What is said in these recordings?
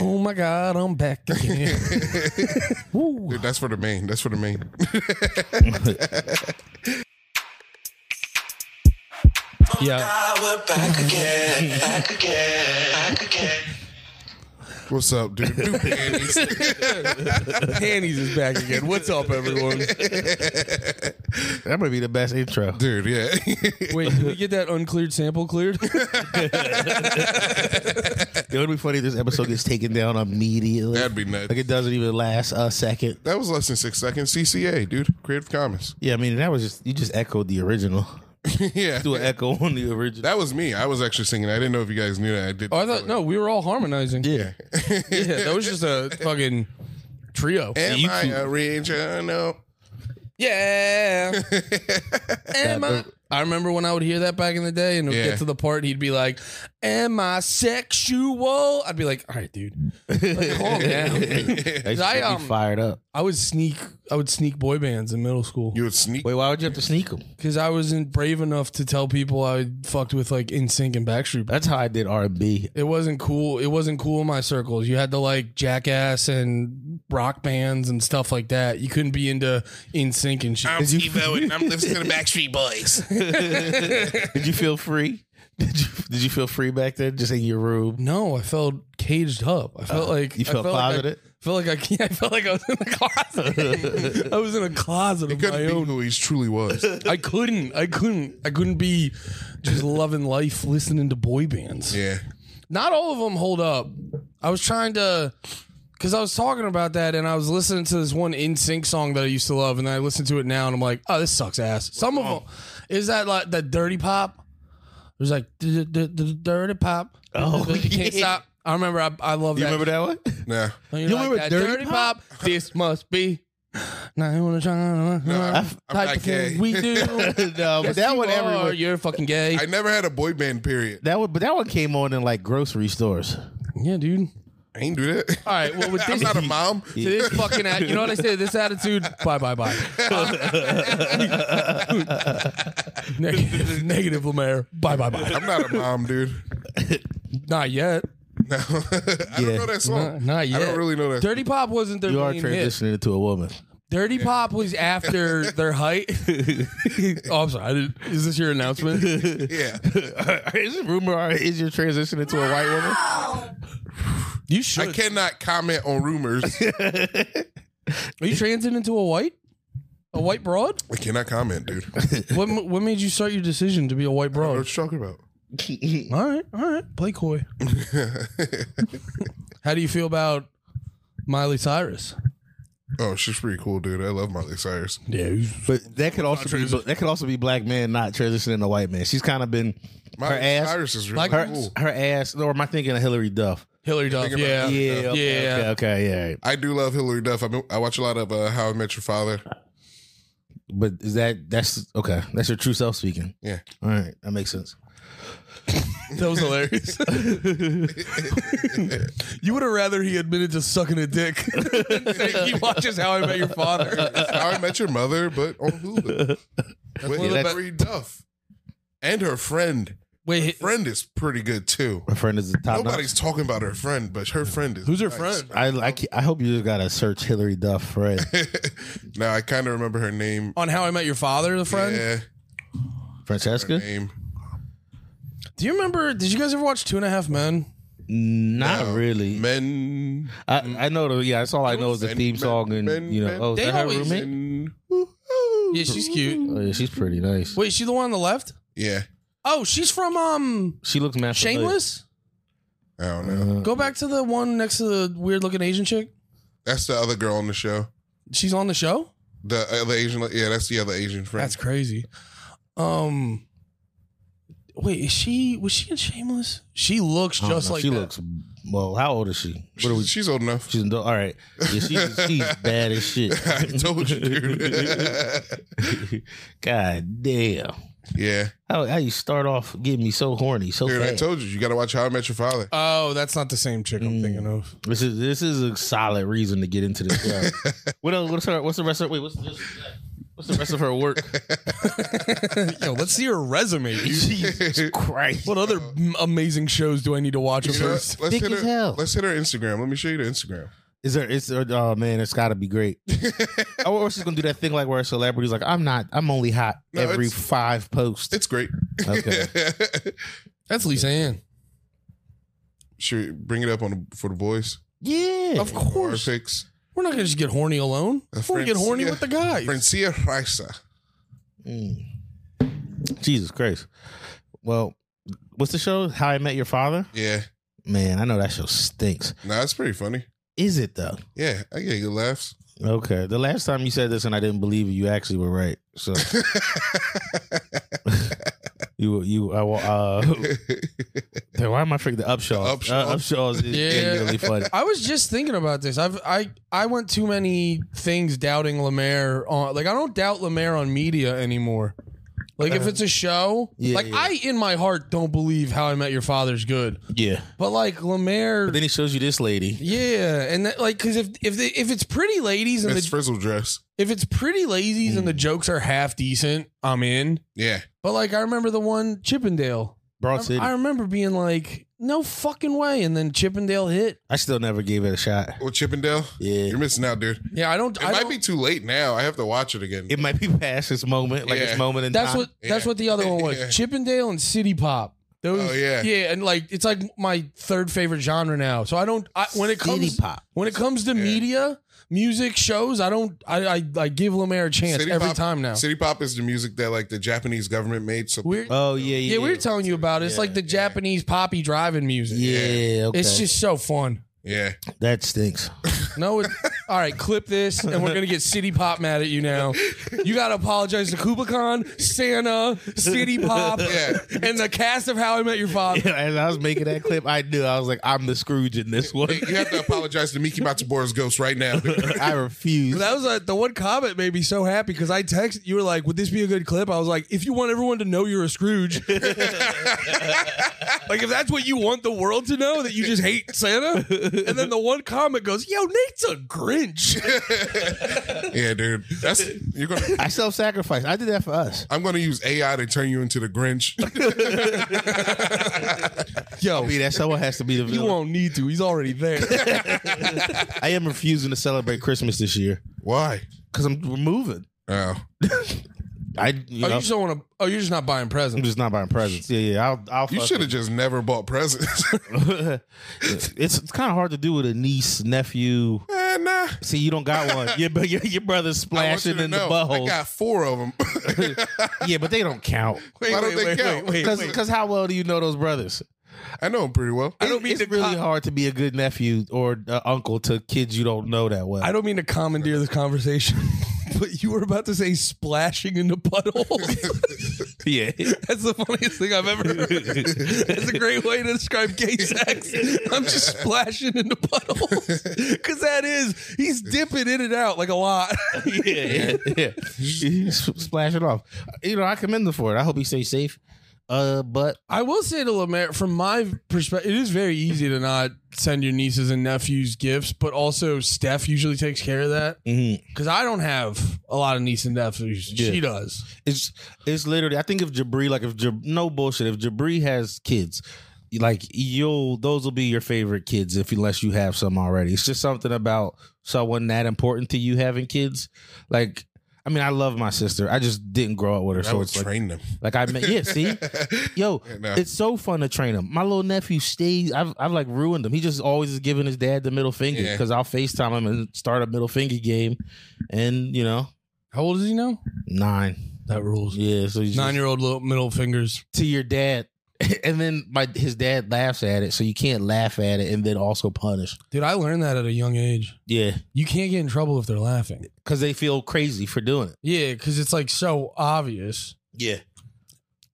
Oh my God, I'm back again. Woo. Dude, that's for the main. That's for the main. Yeah. Ah, we're back again, back again, back again. What's up, dude? New panties. Panties is back again. What's up, everyone? That might be the best intro. dude, yeah. Wait, did we get that uncleared sample cleared? It would be funny if this episode gets taken down immediately. That'd be nuts. Like it doesn't even last a second. that was less than six seconds. CCA, dude. Creative Commons. Yeah, I mean that was just you just echoed the original. yeah. Do an echo on the original. That was me. I was actually singing. I didn't know if you guys knew that. I did. Oh, I thought, no, we were all harmonizing. Yeah. Yeah, that was just a fucking trio. Am You I two- a original? Yeah. Am I? I remember when I would hear that back in the day, and it would Yeah. get to the part, he'd be like, "Am I sexual?" I'd be like, "All right, dude, like, calm down." That shit I, be um, fired up. I would sneak, I would sneak boy bands in middle school You would sneak. Wait, why would you have to sneak them? because I wasn't brave enough to tell people I fucked with like NSYNC and Backstreet. Boys. That's how I did R and B. It wasn't cool. It wasn't cool in my circles. You had to like jackass and rock bands and stuff like that. You couldn't be into NSYNC and shit. Steve-O and I'm listening to the Backstreet Boys. Did you feel free? Did you did you feel free back then, just in your room? No, I felt caged up. I felt like Uh, you felt I closeted? Like I, felt like I, I felt like I was in the closet. I was in a closet of my Couldn't be own. who he truly was. I couldn't. I couldn't. I couldn't be just loving life, listening to boy bands. Yeah. Not all of them hold up. I was trying to, because I was talking about that, and I was listening to this one In Sync song that I used to love, and I listened to it now, and I'm like, oh, this sucks ass. Some of them is that like that dirty pop. It was like "D- d- d- dirty pop. Oh, can't yeah. stop. I remember. I, I love You that. remember that one? Nah. Don't You like remember that Dirty pop? This must be. Now you wanna try uh, I'm- type I'm not of thing gay. we do. no, but that You one are, everyone. You're fucking gay. I never had a boy band, period. That one, but that one came on in like grocery stores. yeah, dude. I ain't do that. All right. Well, with I'm this, not a mom. to this fucking, at, you know what I say? This attitude. Bye, bye, bye. negative, negative, Lemaire. Bye, bye, bye. I'm not a mom, dude. Not yet. No. I don't Yeah. know that Not, song. not yet. Oh, I don't really know that. Dirty Pop wasn't their You are main hit. transitioning into a woman. Dirty Pop was after their height. oh, I'm sorry. I didn't- Is this your announcement? Yeah. is it rumor? Or is your transition into a white woman? You I should. cannot comment on rumors. Are you transiting into a white? A white broad? I cannot comment, dude. what what made you start your decision to be a white broad? What you talking about? All right, all right. Play coy. How do you feel about Miley Cyrus? Oh, she's pretty cool, dude. I love Miley Cyrus. Yeah, But that could also be, that could also be black man not transitioning to white man. She's kind of been her Miley ass, Cyrus is really Like her, cool. her ass. Or am I thinking of Hillary Duff? Hillary Duff. Thinking Yeah, about- Yeah, yeah. okay, okay, okay, yeah. right. I do love Hillary Duff. I've been, I watch a lot of uh, How I Met Your Father. But is that that's okay? That's your true self speaking. Yeah. All right, that makes sense. That was hilarious. you would have rather he admitted to sucking a dick. than saying he watches How I Met Your Father. How I Met Your Mother, but on Hulu. With one of the best- Hillary Duff. And her friend. Wait, Friend is pretty good, too. My friend is the top. Nobody's talking about her friend, but her friend is. who's her nice. friend? I, I ca- I hope you just gotta search Hillary Duff friend. now, I kind of remember her name. On How I Met Your Father, the friend. Yeah, Francesca. name. Do you remember? Did you guys ever watch Two and a Half Men? Not really. Um, Men. I, I know the yeah. That's all I know is the Men- theme song and men- you know. men- Oh, is They that her always- roommate? Men. Yeah, she's cute. Oh, yeah, she's pretty nice. Wait, she the one on the left? Yeah. Oh, she's from um She looks Uh-huh. mad. Shameless. I don't Mm-hmm. know. Go back to the one next to the weird looking Asian chick. That's the other girl on the show. She's on the show. The other Asian. Yeah, that's the other Asian friend. That's crazy. Um, wait, is she was she in Shameless? She looks I don't just know. like she that. looks. Well, how old is she? What are we? she's, she's old enough. She's an adult. All right. Yeah, she's, she's bad as shit. I told you, dude. God damn. yeah. How, how you start off getting me so horny so Dude, I fast? told you, you got to watch How I Met Your Father. Uh, Oh, that's not the same chick I'm thinking of. This is this is a solid reason to get into this. show. what else? What's, her, what's the rest of? Wait, what's this? What's the rest of her work? Mm. Yo, let's see her resume. dude. Jesus Christ. What other m- amazing shows do I need to watch You know, first? let's thick hit as her. hell. Let's hit her Instagram. Let me show you the Instagram. Is there? Is there? Oh man, it's got to be great. oh, or she's gonna do that thing like where a celebrity's like, I'm not. I'm only hot No, every it's- five posts. It's great. Okay. That's Lisa Ann. Should we bring it up on the, for the boys? yeah. Of course. Our picks. We're not going to just get horny alone. Uh, We're going to get horny Francia- with the guys. Francia Raisa. Mm. Jesus Christ. Well, what's the show? How I Met Your Father. Yeah. Man, I know that show stinks. Nah, it's pretty funny. Is it though? Yeah, I get good laughs. Okay. The last time you said this and I didn't believe you, you actually were right. So you you I wa- uh Dude, why am I freaking the Upshaw? The Upshaws. Uh, Upshaws is Yeah. genuinely funny. I was just thinking about this. I've I I went too many things doubting Lemaire on like I don't doubt Lemaire on media anymore. Like if it's a show, Uh-huh. Yeah, like yeah. I in my heart don't believe How I Met Your Father's good, Yeah. but like Lemaire, But then he shows you this lady. yeah, and that, like because if if they, if it's pretty ladies and it's the, frizzle dress. if it's pretty ladies and the Mm. jokes are half decent, I'm in. Yeah. But like I remember the one Chippendale, Broad I, City. I I, remember being like, no fucking way, and then Chippendale hit. still never gave it a shot. Or Chippendale. Yeah. You're missing out, dude. Yeah, I don't. It I might don't- be too late now. I have to watch it again. It might be past its moment, like Yeah. its moment in That's time. what that's Yeah. what the other one was. Yeah. Chippendale and City Pop. Those, Oh, yeah. yeah, and like it's like my third favorite genre now. So I don't I, when it City comes Pop. when it comes to media, music shows, I don't I I, I give Lemaire a chance City every Pop- time now. City pop is the music that like the Japanese government made. So We're, Oh yeah, yeah. yeah, we were telling you about it. It's Yeah, like the Japanese poppy driving music. Yeah, okay. It's just so fun. yeah, that stinks. No, it, all right, clip this, and we're gonna get City Pop mad at you now. You gotta apologize to Kubicon, Santa, City Pop, Yeah. and the cast of How I Met Your Father. As I was making that clip, I knew I was like, I'm the Scrooge in this one. you have to apologize to Miki Matsubora's ghost right now. dude. I refuse. That was like the one comment made me so happy because I texted you were like, "Would this be a good clip?" I was like, "If you want everyone to know you're a Scrooge, like if that's what you want the world to know that you just hate Santa," and then the one comment goes, "Yo, Nate's a Grinch." yeah, dude. That's you're gonna. I self sacrificed. I did that for us. I'm gonna use AI to turn you into the Grinch. Yo, I mean, that someone has to be the you villain. won't need to. He's already there. I am refusing to celebrate Christmas this year Why? because I'm we're moving. Oh, I, you Oh, know, you just don't want to. Oh, you're just not buying I'm presents. just not buying presents. Yeah, yeah. I'll, I'll you fuck should have just never bought presents. it. it's it's kind of hard to do with a niece, nephew. Eh, nah. See, you don't got one. Your, your, your brother's I want you splashing to in the know, I butthole. got four of them. yeah, but they don't count. Why don't they count? Because how well do you know those brothers? I know them pretty well. I don't mean it's to really co- hard to be a good nephew or uh, uncle to kids you don't know that well. I don't mean to commandeer this conversation, but you were about to say splashing into puddles. yeah. That's the funniest thing I've ever heard. That's a great way to describe gay sex. I'm just splashing into puddles. Because that is, he's dipping in and out like a lot. yeah, yeah, yeah. Splash it off. You know, I commend him for it. I hope he stays safe. Uh, but I will say to Lemaire, from my perspective, it is very easy to not send your nieces and nephews gifts, but also Steph usually takes care of that. Because I don't have a lot of nieces and nephews. She Yeah. does. it's it's literally. I think if Jabri, like if Jab, no bullshit, if Jabri has kids, like you'll those will be your favorite kids if unless you have some already. It's just something about someone that important to you having kids. Like, I mean, I love my sister. I just didn't grow up with her, I so would it's like train them. Like I met, yeah. See, yo, no. it's so fun to train him. My little nephew stays. I've, I've like ruined him. He just always is giving his dad the middle finger Yeah. because I'll Facetime him and start a middle finger game, and you know, How old is he now? nine, That rules. yeah. So Nine year old little middle fingers. to your dad, and then my his dad laughs at it, so you can't laugh at it and then also punish. Dude, I learned that at a young age. Yeah, You can't get in trouble if they're laughing. because they feel crazy for doing it. Yeah, because it's like so obvious. Yeah.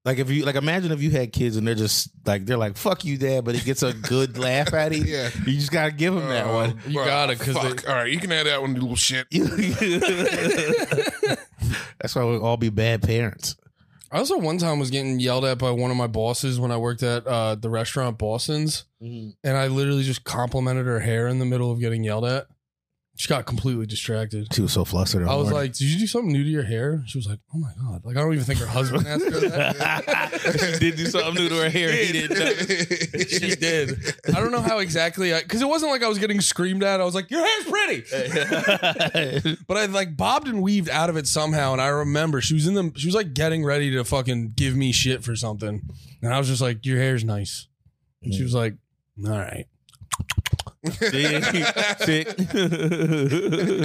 Like if you like imagine if you had kids and they're just like they're like fuck you dad but it gets a good laugh out of you Yeah. you just gotta give them that Oh, one You bruh, got it, 'cause fuck. all right, you can have that one, you little shit. That's why we'll all be bad parents. I also one time was getting yelled at by one of my bosses when I worked at uh, the Mm-hmm. restaurant Boston's, and I literally just complimented her hair in the middle of getting yelled at. She got completely distracted. She was so flustered. I was like, "Did you do something new to your hair?" She was like, "Oh my god!" Like I don't even think her husband asked her that. she did do something new to her hair. He didn't. know. she did. I don't know how exactly, because it wasn't like I was getting screamed at. I was like, "Your hair's pretty," but I like bobbed and weaved out of it somehow. And I remember she was in the, she was like getting ready to fucking give me shit for something, and I was just like, "Your hair's nice." And she was like, "All right."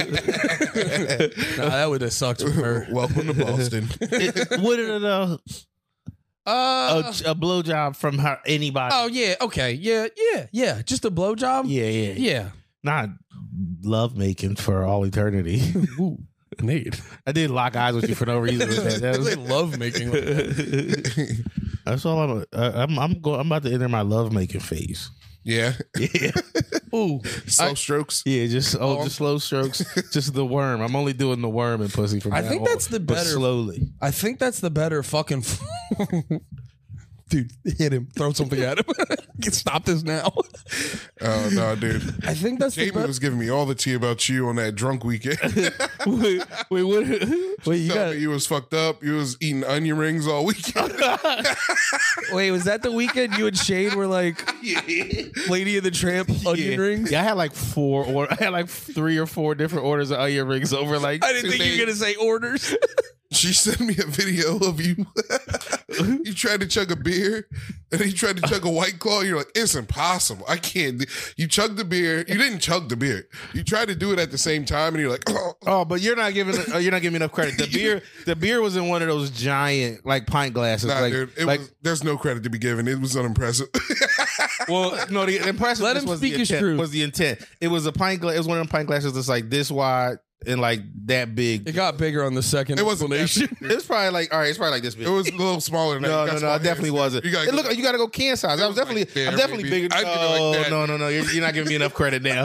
Sick. Nah, that would have sucked for her. Welcome to Boston. it, what did it, uh, Uh, a, a blowjob from her anybody? oh yeah, okay, yeah, yeah, yeah. Just a blowjob. yeah, yeah, yeah. Not love making for all eternity. Ooh, Nate. I did lock eyes with you for no reason. with that. That they was- love making. Like that. That's all I'm. Uh, I'm. I'm going. I'm about to enter my love making phase. yeah. Yeah, Ooh, Slow strokes. yeah. Just oh, Oh. just slow strokes. just the worm. I'm only doing the worm and pussy from. I now think on, that's the but better- Slowly. I think that's the better fucking. Dude, hit him. Throw something at him. Stop this now. Oh no, dude. I think that's the Jamie better. was giving me all the tea about you on that drunk weekend. wait, wait, what? Wait, you Tell me you was fucked up. You was eating onion rings all weekend. Wait, was that the weekend you and Shane were like Lady of the Tramp onion rings? Yeah, I had like four or I had like three or four different orders of onion rings over like. I didn't two think you were days. gonna say orders. She sent me a video of you. you tried to chug a beer, and then you tried to chug a white claw. You're like, it's impossible. I can't. do-" You chugged the beer. You didn't chug the beer. You tried to do it at the same time, and you're like, Oh, but you're not giving oh, you're not giving me enough credit. The beer the beer was in one of those giant like pint glasses. nah, like, dude. It like was, there's no credit to be given. It was unimpressive. well, no, the impressive Let him was speak the his intent, truth. was the intent. It was a pint glass. It was one of them pint glasses that's like this wide and like that big. It It, got bigger on the second it wasn't. that explanation. big. was probably like all right. It's probably like this big. It was a little smaller than that. no, You got no, no, small it definitely hands. wasn't. You gotta it go- looked like you got to go can size. I was was like definitely, there, I'm definitely maybe. bigger. I'd give it like Oh that. no, no, no! You're, you're not giving me enough credit now.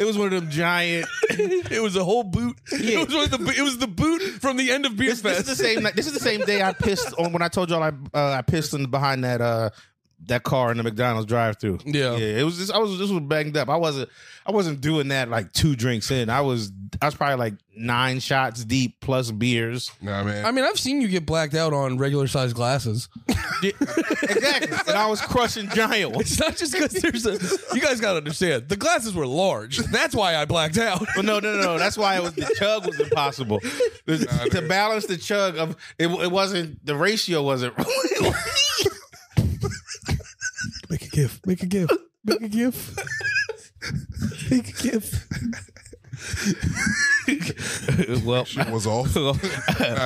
it was one of them giant. it was a whole boot. Yeah. It was one of the bo- it was the boot from the end of Beer This, this Fest. is the same. night- This is the same day I pissed on when I told y'all I uh, I pissed in behind that uh that car in the McDonald's drive-through. Yeah. yeah. It was just I was this was banged up. I wasn't I wasn't doing that like two drinks in. I was I was probably like nine shots deep plus beers. Nah, man. I mean, I've seen you get blacked out on regular sized glasses. exactly, and I was crushing giant ones. It's not just because there's a. You guys gotta understand. The glasses were large. That's why I blacked out. But no, no, no, no. That's why it was the chug was impossible. The- to balance the chug of it, it wasn't the ratio wasn't. Make a gif. Make a gif. Make a gif. Make a gif. well, Shit was off. nah,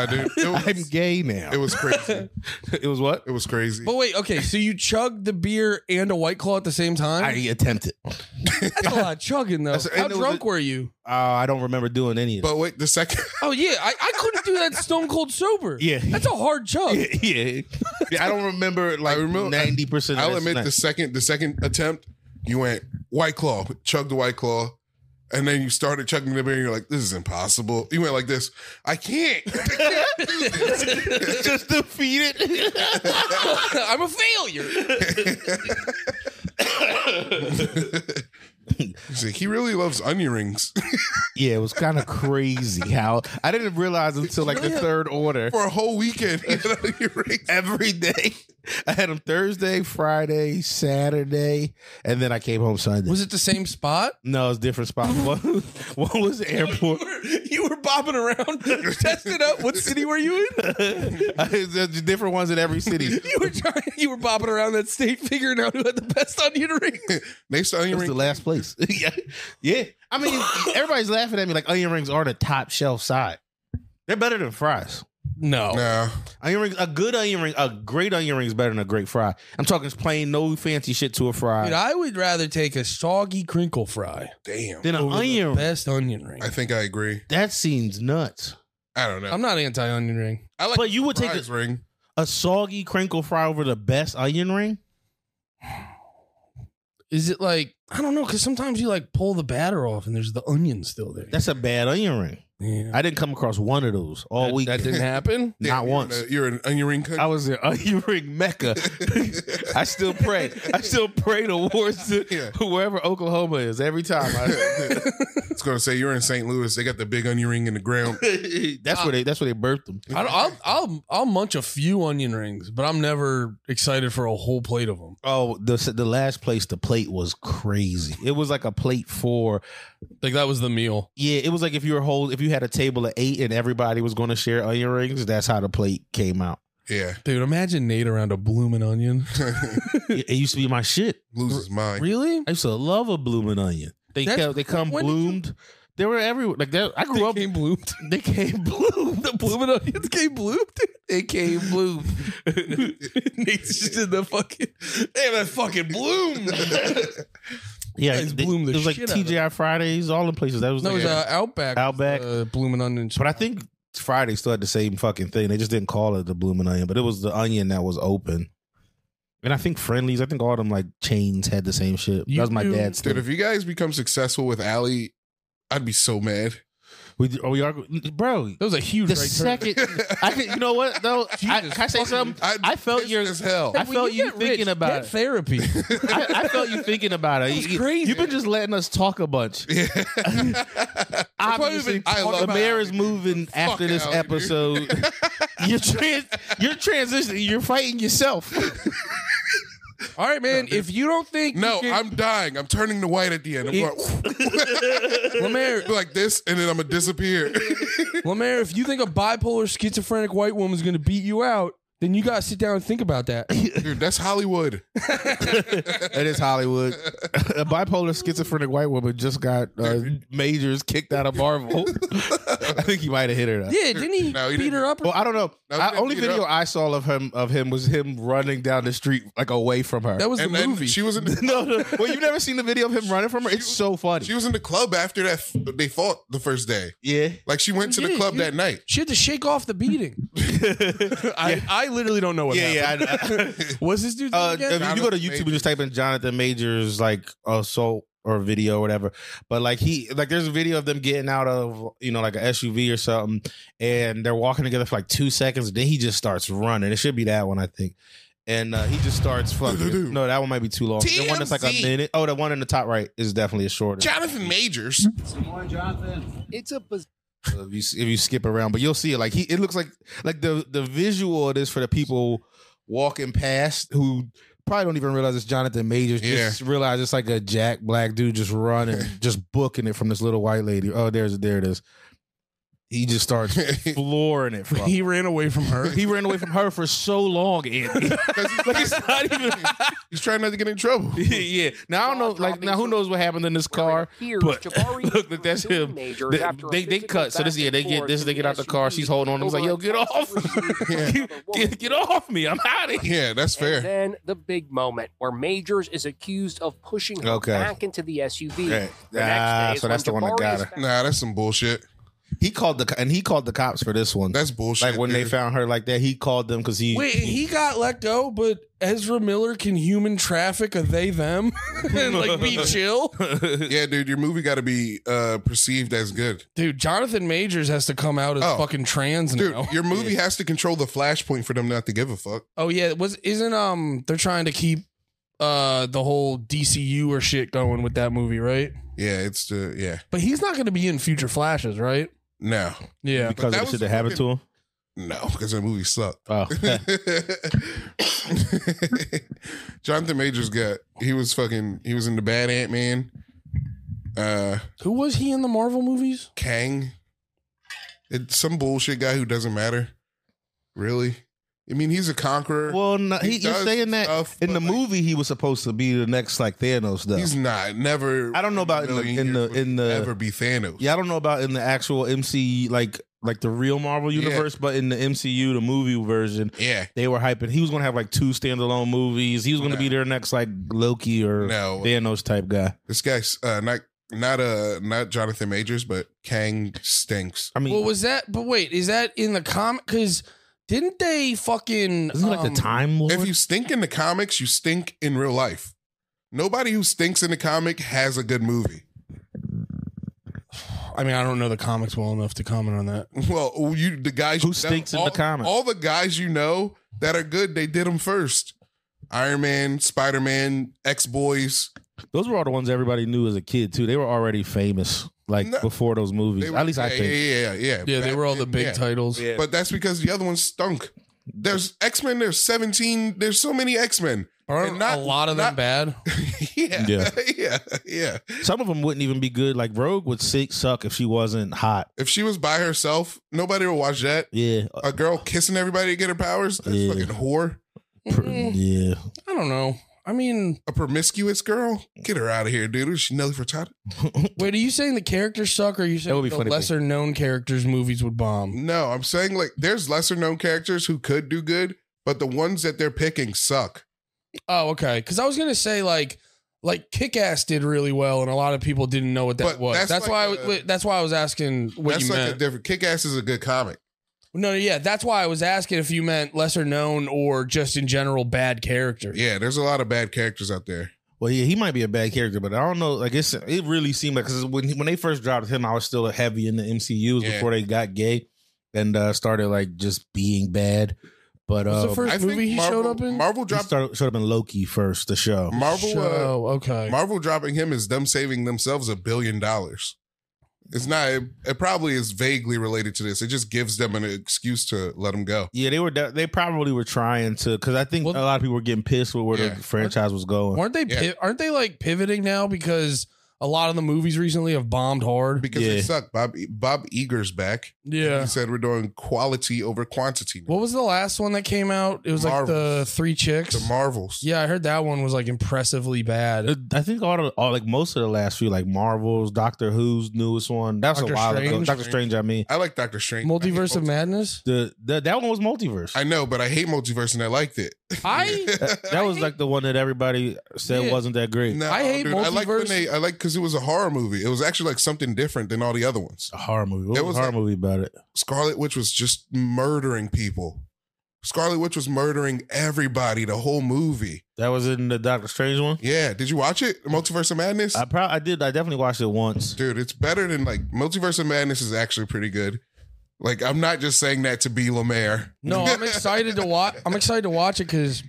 dude. It I'm was, gay now. it was crazy. It was what? It was crazy. But wait, okay. So you chugged the beer and a white claw at the same time. I attempted. Uh, That's a lot of chugging though. and How it was drunk a- were you? I don't remember doing any of that. But wait, the second. Oh yeah, I, I couldn't do that stone cold sober. Yeah. that's a hard chug. yeah. yeah, I don't remember like remember- ninety percent. I'll admit the second the second attempt, you went white claw, chugged the white claw, and then you started chugging the beer. and You're like, this is impossible. You went like this. I can't. just defeated. I'm a failure. He's like, he really loves onion rings yeah, it was kind of crazy how I didn't realize until like the third order. for a whole weekend. He had onion rings. Every day, I had them Thursday, Friday, Saturday, and then I came home Sunday. Was it the same spot? No, it's different spot. One, one was the airport. You were bobbing around, testing out. What city were you in? There's different ones in every city. You were trying. You were bobbing around that state, figuring out who had the best onion rings. Next to onion It's the ring, last place. yeah. yeah. I mean, everybody's laughing at me like onion rings are the top shelf side. They're better than fries. No. nah. Onion rings, a good onion ring, a great onion ring is better than a great fry. I'm talking just plain, no fancy shit to a fry. Dude, I would rather take a soggy crinkle fry Damn. then an over onion the ring. best onion ring. I think I agree. That seems nuts. I don't know. I'm not anti onion ring. I like But you would take fries a, ring. a soggy crinkle fry over the best onion ring? Is it like I don't know? Because sometimes you like pull the batter off and there's the onion still there. That's a bad onion ring. Yeah. I didn't come across one of those all That- week. That didn't happen. Not you're once. In a, you're in onion ring country. I was in onion ring mecca. I still pray. I still pray towards the, Yeah. whoever Oklahoma is every time. I, It's gonna say you're in St. Louis. They got the big onion ring in the ground. that's where they. That's where they birthed them. I don't, I'll, I'll I'll munch a few onion rings, but I'm never excited for a whole plate of them. Oh, the the last place the plate was crazy. It was like a plate for Like that was the meal. yeah. It was like if you were whole, if you had a table of eight and everybody was going to share onion rings. That's how the plate came out. Yeah, Dude, imagine Nate around a blooming onion. it, it used to be my shit. loses mind. really? I used to love a blooming onion. They That's- come, they come when did you- bloomed. they were everywhere. Like that, I grew They up. came bloomed. they came bloomed. The blooming onions came bloomed. They came bloomed. Nate's just in the fucking damn that fucking bloom. Yeah, Guys they- bloomed the it was like shit out of TGI Fridays, all in places. That was no, it like, was uh, Outback. Outback. Uh, blooming onions. but I think Friday still had the same fucking thing. They just didn't call it the blooming onion, but it was the onion that was open. And I think friendlies, I think all them like chains had the same shit. You that was my do- dad's Dude, thing. if you guys become successful with Ali, I'd be so mad. We, oh, we are, bro. that was a huge The right turn. second, I could, you know what though? I, Jesus can I say fucking- something? I'd I felt pissed your- as hell. I When felt you get thinking about get it. therapy. I, I felt you thinking about it. was You- crazy. You've been just letting us talk a bunch. Yeah. Obviously, I love the my mayor Ali, is moving after this Ali, dude. episode. you're trans, you're transitioning. You're fighting yourself. All right, man. If you don't think you No, can- I'm dying. I'm turning to white at the end. I'm going Lemaire, like this, and then I'm gonna disappear. Lemaire, if you think a bipolar schizophrenic white woman's gonna beat you out, then you gotta sit down and think about that. Dude, that's Hollywood. That is Hollywood. A bipolar schizophrenic white woman just got uh, majors kicked out of Marvel. I think he might have hit her. Though. Yeah, didn't he No, he beat didn't. her up? or- Well, I don't know. No, he I, didn't only beat her video up. I saw of him of him was him running down the street like away from her. that was and the then movie. she was in the, no, no. Well, you've never seen the video of him running from her. It's so funny. she was in the club after that. f- They fought the first day. yeah. Like she went to the Yeah, club you- that night. she had to shake off the beating. I, I literally don't know what Yeah, yeah. I- I- Was this dude's Uh, name if again? you- you go to YouTube and just type in Jonathan Majors like assault or video or whatever, but like he like there's a video of them getting out of you know like an SUV or something, and they're walking together for like two seconds. Then he just starts running. It should be that one, I think. And uh, he just starts fucking. No, that one might be too long. The one that's like a TMZ. minute. Oh, the one in the top right is definitely a shorter. Jonathan Majors. So if you if you skip around, but you'll see it. Like he, it looks like like the the visual of this for the people walking past who probably don't even realize it's Jonathan Majors. Just realize it's like a Jack Black dude just running, just booking it from this little white lady. Oh, there's there it is. He just starts flooring it. From. he ran away from her. He ran away from her for so long, Andy. like it's not even. He's trying not to get in trouble. yeah. Now I don't know. Like now, who knows what happened in this car? But look, look, that's him. They, they, they cut. So this, yeah, they get this. They get out the car. She's holding on. He's like, "Yo, get off! get, get off me! I'm out of here!" Yeah, that's And fair. then the big moment where Majors is accused of pushing her Okay. back into the SUV. Okay. The next Ah, day is so when that's the one that Jabari got is her. found- Nah, that's some bullshit. He called the co- and he called the cops for this one. That's bullshit. like when they dude. found her like that, he called them because he. Wait, he got let go, but Ezra Miller can human traffic a they them and like be chill. Yeah, dude, your movie got to be uh, perceived as good. Dude, Jonathan Majors has to come out as Oh. fucking trans Dude, now. your movie has to control the flashpoint for them not to give a fuck. Oh yeah, was isn't um they're trying to keep uh the whole DCU or shit going with that movie, right? Yeah, it's the yeah. But he's not going to be in future flashes, right? No, Yeah. because that of was the shit that happened to him. no, because that movie sucked. Oh, Jonathan Majors got he was fucking he was in the Bad Ant Man, uh, Who was he in the Marvel movies? Kang, it's some bullshit guy who doesn't matter. Really, I mean he's a conqueror. well, no, He he, you're does saying that stuff, in the but, like- movie he was supposed to be the next like Thanos though. he's not. Never. I don't know about in the- in the- in the- ever be Thanos. Yeah, I don't know about in the actual MC like like the real Marvel Yeah. universe, but in the MCU, the movie version, Yeah. they were hyping. He was gonna have like two standalone movies. He was gonna No. be their next like Loki or No. Thanos type guy. This guy's uh, not not uh not Jonathan Majors, but Kang stinks. I mean, Well, was that? But wait, is that in the comic? Because didn't they fucking? isn't he like um, the Time Lord? If you stink in the comics, you stink in real life. Nobody who stinks in the comic has a good movie. I mean, I don't know the comics well enough to comment on that. Well, oh, you the guys Who you know- stinks in the all, comments? All the guys you know that are good, they did them first. Iron Man, Spider Man, X Boys. Those were all the ones everybody knew as a kid too. They were already famous like No. before those movies. They were- At least I yeah, think. Yeah, yeah, yeah. Yeah, they Back were all the then, big yeah. titles. Yeah. But that's because the other ones stunk. There's X Men. There's seventeen. There's so many X Men. Aren't And not- a lot of them not- bad? yeah, Yeah. yeah, yeah, Some of them wouldn't even be good. Like Rogue would sick suck if she wasn't hot. If she was by herself, nobody would watch that. Yeah, uh, A girl kissing everybody to get her powers. That's Yeah. fucking whore. pr- Mm, yeah. I don't know. I mean, A promiscuous girl. Get her out of here, dude. Is she Nelly Furtado? wait, are you saying the characters suck, or are you saying would be the funny, lesser known characters movies would bomb? No, I'm saying like there's lesser known characters who could do good, but the ones that they're picking suck. Oh, okay. Because I was gonna say like. Like Kick Ass did really well, and a lot of people didn't know what that But was. That's, that's like why. I, a- wait, that's why I was asking what That's you like meant. a different. Kick Ass is a good comic. No, no, yeah, that's why I was asking if you meant lesser known or just in general bad character. Yeah, there's a lot of bad characters out there. Well, yeah, he might be a bad character, but I don't know. Like it's, it really seemed like because when he- when they first dropped him, I was still heavy in the MCUs Yeah. before they got gay and uh, started like just being bad. But What's uh, the first I movie think he Marvel, showed up in? Marvel he dropped started, showed up in Loki first, the show. Marvel. Uh, Oh, okay. Marvel dropping him is them saving themselves a billion dollars. It's not. It, it probably is vaguely related to this. It just gives them an excuse to let him go. Yeah, they were. de- They probably were trying to because I think Well- a lot of people were getting pissed with where Yeah. the franchise was going. Weren't they? uh, Yeah. Pi- aren't they like pivoting now because a lot of the movies recently have bombed hard? Because they Yeah. suck. Bob E, Bob Eager's back. yeah. He said we're doing quality over quantity. Now. What was the last one that came out? It was like the Marvels. three chicks. The Marvels. yeah, I heard that one was like impressively bad. I think all, the, all like most of the last few, like Marvels, Doctor Who's newest one. That was Doctor a while ago. Strange? Doctor Strange, I mean, I like Doctor Strange. Multiverse I, of hate multi- Madness. the, the that one was multiverse. I know, but I hate multiverse, and I liked it. I that, that was like the one that everybody said Yeah. wasn't that great. No, I hate dude, I like when multiverse. they. I like because it was a horror movie. It was actually like something different than all the other ones. A horror movie. What There was was a horror like- movie about it? Scarlet Witch was just murdering people. Scarlet Witch was murdering everybody the whole movie. That was in the Doctor Strange one. Yeah, did you watch it? Multiverse of Madness? I probably I did. I definitely watched it once. Dude, it's better than like Multiverse of Madness is actually pretty good. Like I'm not just saying that to be Lemaire. no, I'm excited to watch. I'm excited to watch it because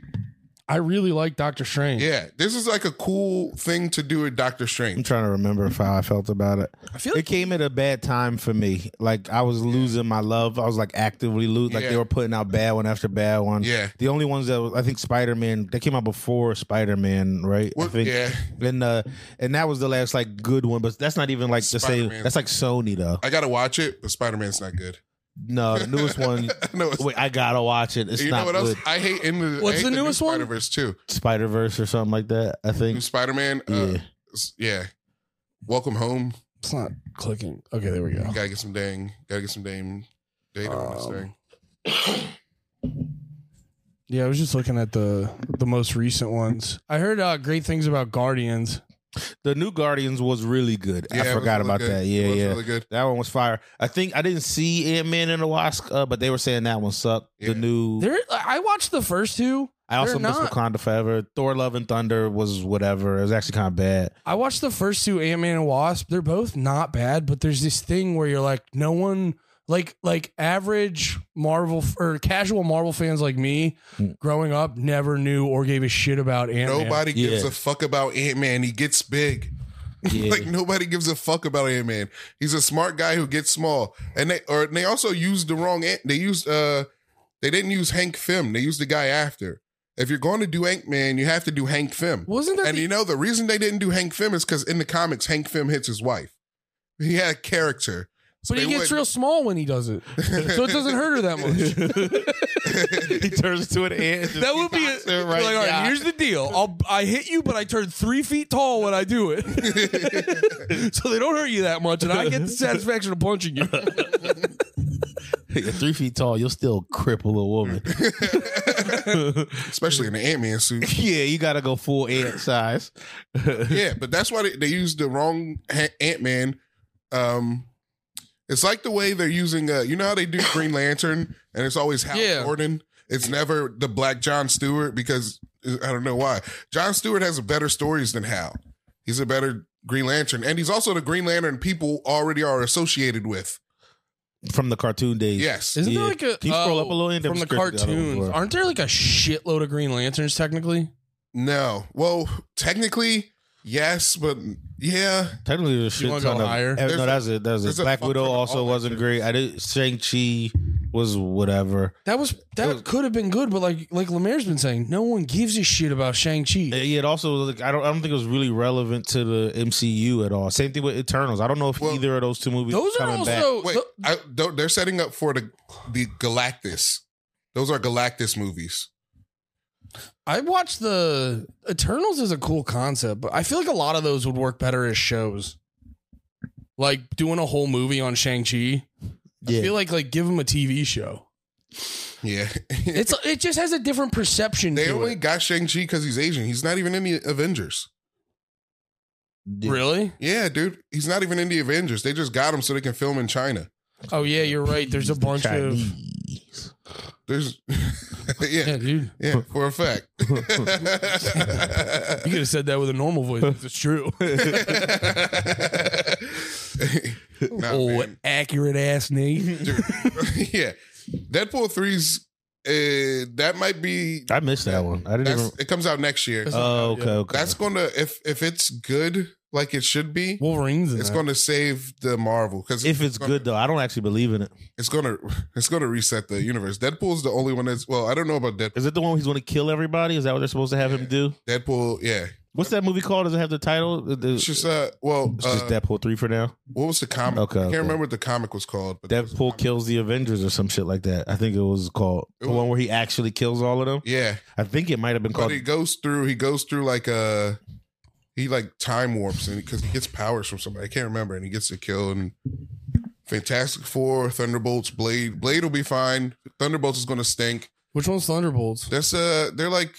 I really like Doctor Strange. Yeah, this is like a cool thing to do with Doctor I'm Strange. trying to remember if how I felt about it. I feel It came at a bad time for me. Like I was losing my love. I was like actively losing. Like Yeah. they were putting out bad one after bad one. Yeah. The only ones that was- I think Spider Man that came out before Spider Man, right? I Well, think. yeah. And uh, and that was the last like good one, but that's not even like the same. Spider-Man. That's like Sony though. I gotta watch it, but Spider Man's not good. No, the newest one. no, it's, Wait, I gotta watch it. It's you know not what else? good. I hate in the What's the newest one? Spider Verse too. Spider Verse or something like that. I New think. Spider Man. Uh, Yeah. s- yeah. Welcome home. It's not clicking. Okay, there we go. Gotta get some dang. Gotta get some dang data on this Um, thing. Yeah, I was just looking at the the most recent ones. I heard uh, great things about Guardians. The new Guardians was really good. Yeah, it I was forgot really about good. that. It Yeah, was yeah. really good. That one was fire. I think I didn't see Ant Man and the Wasp, uh, but they were saying that one sucked. Yeah. The new There, I watched the first two. I also they're missed not- Wakanda Forever. Thor Love and Thunder was whatever. It was actually kind of bad. I watched the first two Ant Man and Wasp. They're both not bad, but there's this thing where you're like, no one like like average Marvel f- or casual Marvel fans like me, Hmm. growing up, never knew or gave a shit about Ant Man. Nobody Yeah. gives a fuck about Ant Man. He gets big. Yeah. Like nobody gives a fuck about Ant Man. He's a smart guy who gets small. And they or they also used the wrong Ant. They used uh they didn't use Hank Pym. They used the guy after. If you're going to do Ant Man, you have to do Hank Pym. Wasn't that And the, you know the reason they didn't do Hank Pym is because in the comics Hank Pym hits his wife. He had a character. but he they gets would- real small when he does it, so it doesn't hurt her that much. he turns to an ant. That would be it. a, like, all right, here's the deal. I'll I hit you, but I turn three feet tall when I do it, so they don't hurt you that much, and I get the satisfaction of punching you. You're three feet tall. You'll still cripple a woman. Especially in the Ant Man suit. yeah, you got to go full ant size. yeah, but that's why they, they used the wrong Ant Man. Um, it's like the way they're using. Uh, you know how they do Green Lantern, and it's always Hal Yeah. Jordan. It's never the Black John Stewart because uh, I don't know why. John Stewart has better stories than Hal. He's a better Green Lantern, and he's also the Green Lantern people already are associated with. from the cartoon days. Yes, Isn't Yeah. there like a Can you scroll oh, up a little and from the description? I don't know cartoons? where. Aren't there like a shitload of Green Lanterns technically? no. Well, technically, yes, but yeah, Technically, there's a You shit wanna ton go of. higher? eh, There's no, a- that's it. That's there's it. a Black fuck Widow ton of also all wasn't that great. I did Shang Chi was whatever. That was that was- could have been good, but like like Lemaire's been saying, no one gives a shit about Shang Chi. Eh, It also was like I don't. I don't think it was really relevant to the MCU at all. Same thing with Eternals. I don't know if Well, either of those two movies Those are coming also back. wait, th- I, don't- they're setting up for the the Galactus. Those are Galactus movies. I watched the Eternals is a cool concept, but I feel like a lot of those would work better as shows. Like doing a whole movie on Shang Chi. I Yeah. feel like like give them a TV show. Yeah, It's it just has a different perception. they to only it. got Shang Chi because he's Asian. He's not even in the Avengers. Yeah. really. Yeah, dude, he's not even in the Avengers. They just got him so they can film in China. Oh yeah, you're right. There's a bunch of Chinese. There's, yeah, yeah, dude. yeah, for a fact. You could have said that with a normal voice. It's true. Nah, oh, man. accurate ass Nate. Dude, yeah, Deadpool 3's uh, that might be I missed that one. I didn't that's, even. it comes out next year. That's- Oh, okay, okay. That's gonna if if it's good like it should be, Wolverine's in it's that. gonna save the Marvel because if it's good though, I don't actually believe in it. it's gonna it's gonna reset the universe. Deadpool's the only one that's well, I don't know about Deadpool. Is it the one where he's going to kill everybody? Is that what they're supposed to have him do? Deadpool, yeah, What's that movie called? Does it have the title? it's just uh, well, It's just uh, Deadpool three for now. what was the comic? Okay, I can't okay. remember what the comic was called. But there was a Deadpool comic. kills the Avengers or some shit like that. I think it was called It the was- one where he actually kills all of them. Yeah, I think it might have been but called. he goes through. He goes through like a. He like time warps and because he gets powers from somebody I can't remember and he gets to kill and Fantastic Four, Thunderbolts, Blade. Blade will be fine. Thunderbolts is going to stink. Which one's Thunderbolts? That's uh, they're like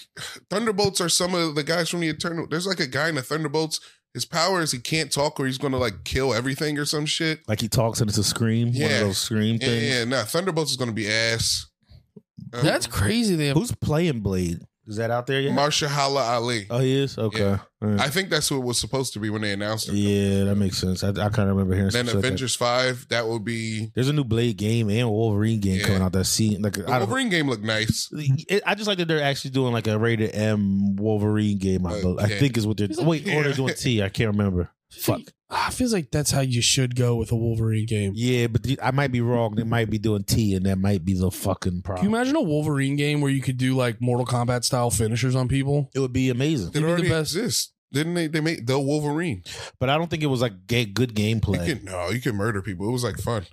Thunderbolts are some of the guys from the Eternal. There's like a guy in the Thunderbolts. His power is he can't talk or he's going to like kill everything or some shit. Like he talks and it's a scream, one Yeah. of those scream Yeah, things. yeah, nah. Thunderbolts is going to be ass. Um, That's crazy. They have Who's playing Blade? Is that out there yet? Marsha Hala Ali. oh, he is. Okay. Yeah. All right. I think that's what it was supposed to be when they announced it. yeah, that makes sense. I, I kind of remember hearing. Then some shit like that. Avengers Five, that will be There's a new Blade game and Wolverine game Yeah. coming out. That scene, like the I don't. Wolverine game looked nice. It, I just like that they're actually doing like a rated M Wolverine game. I, Uh, bel- I yeah. think is what they're. Wait, or they're doing T. I can't remember. Fuck. Ah, feels like that's how you should go with a Wolverine game. Yeah, but the- I might be wrong. They might be doing T, and that might be the fucking Can you problem. imagine a Wolverine game where you could do like Mortal Kombat style finishers on people? it would be amazing, It Give me the already best. exists. Didn't they? They made the Wolverine. but I don't think it was like ga- good You gameplay. can, no, you can murder people. It was like fun.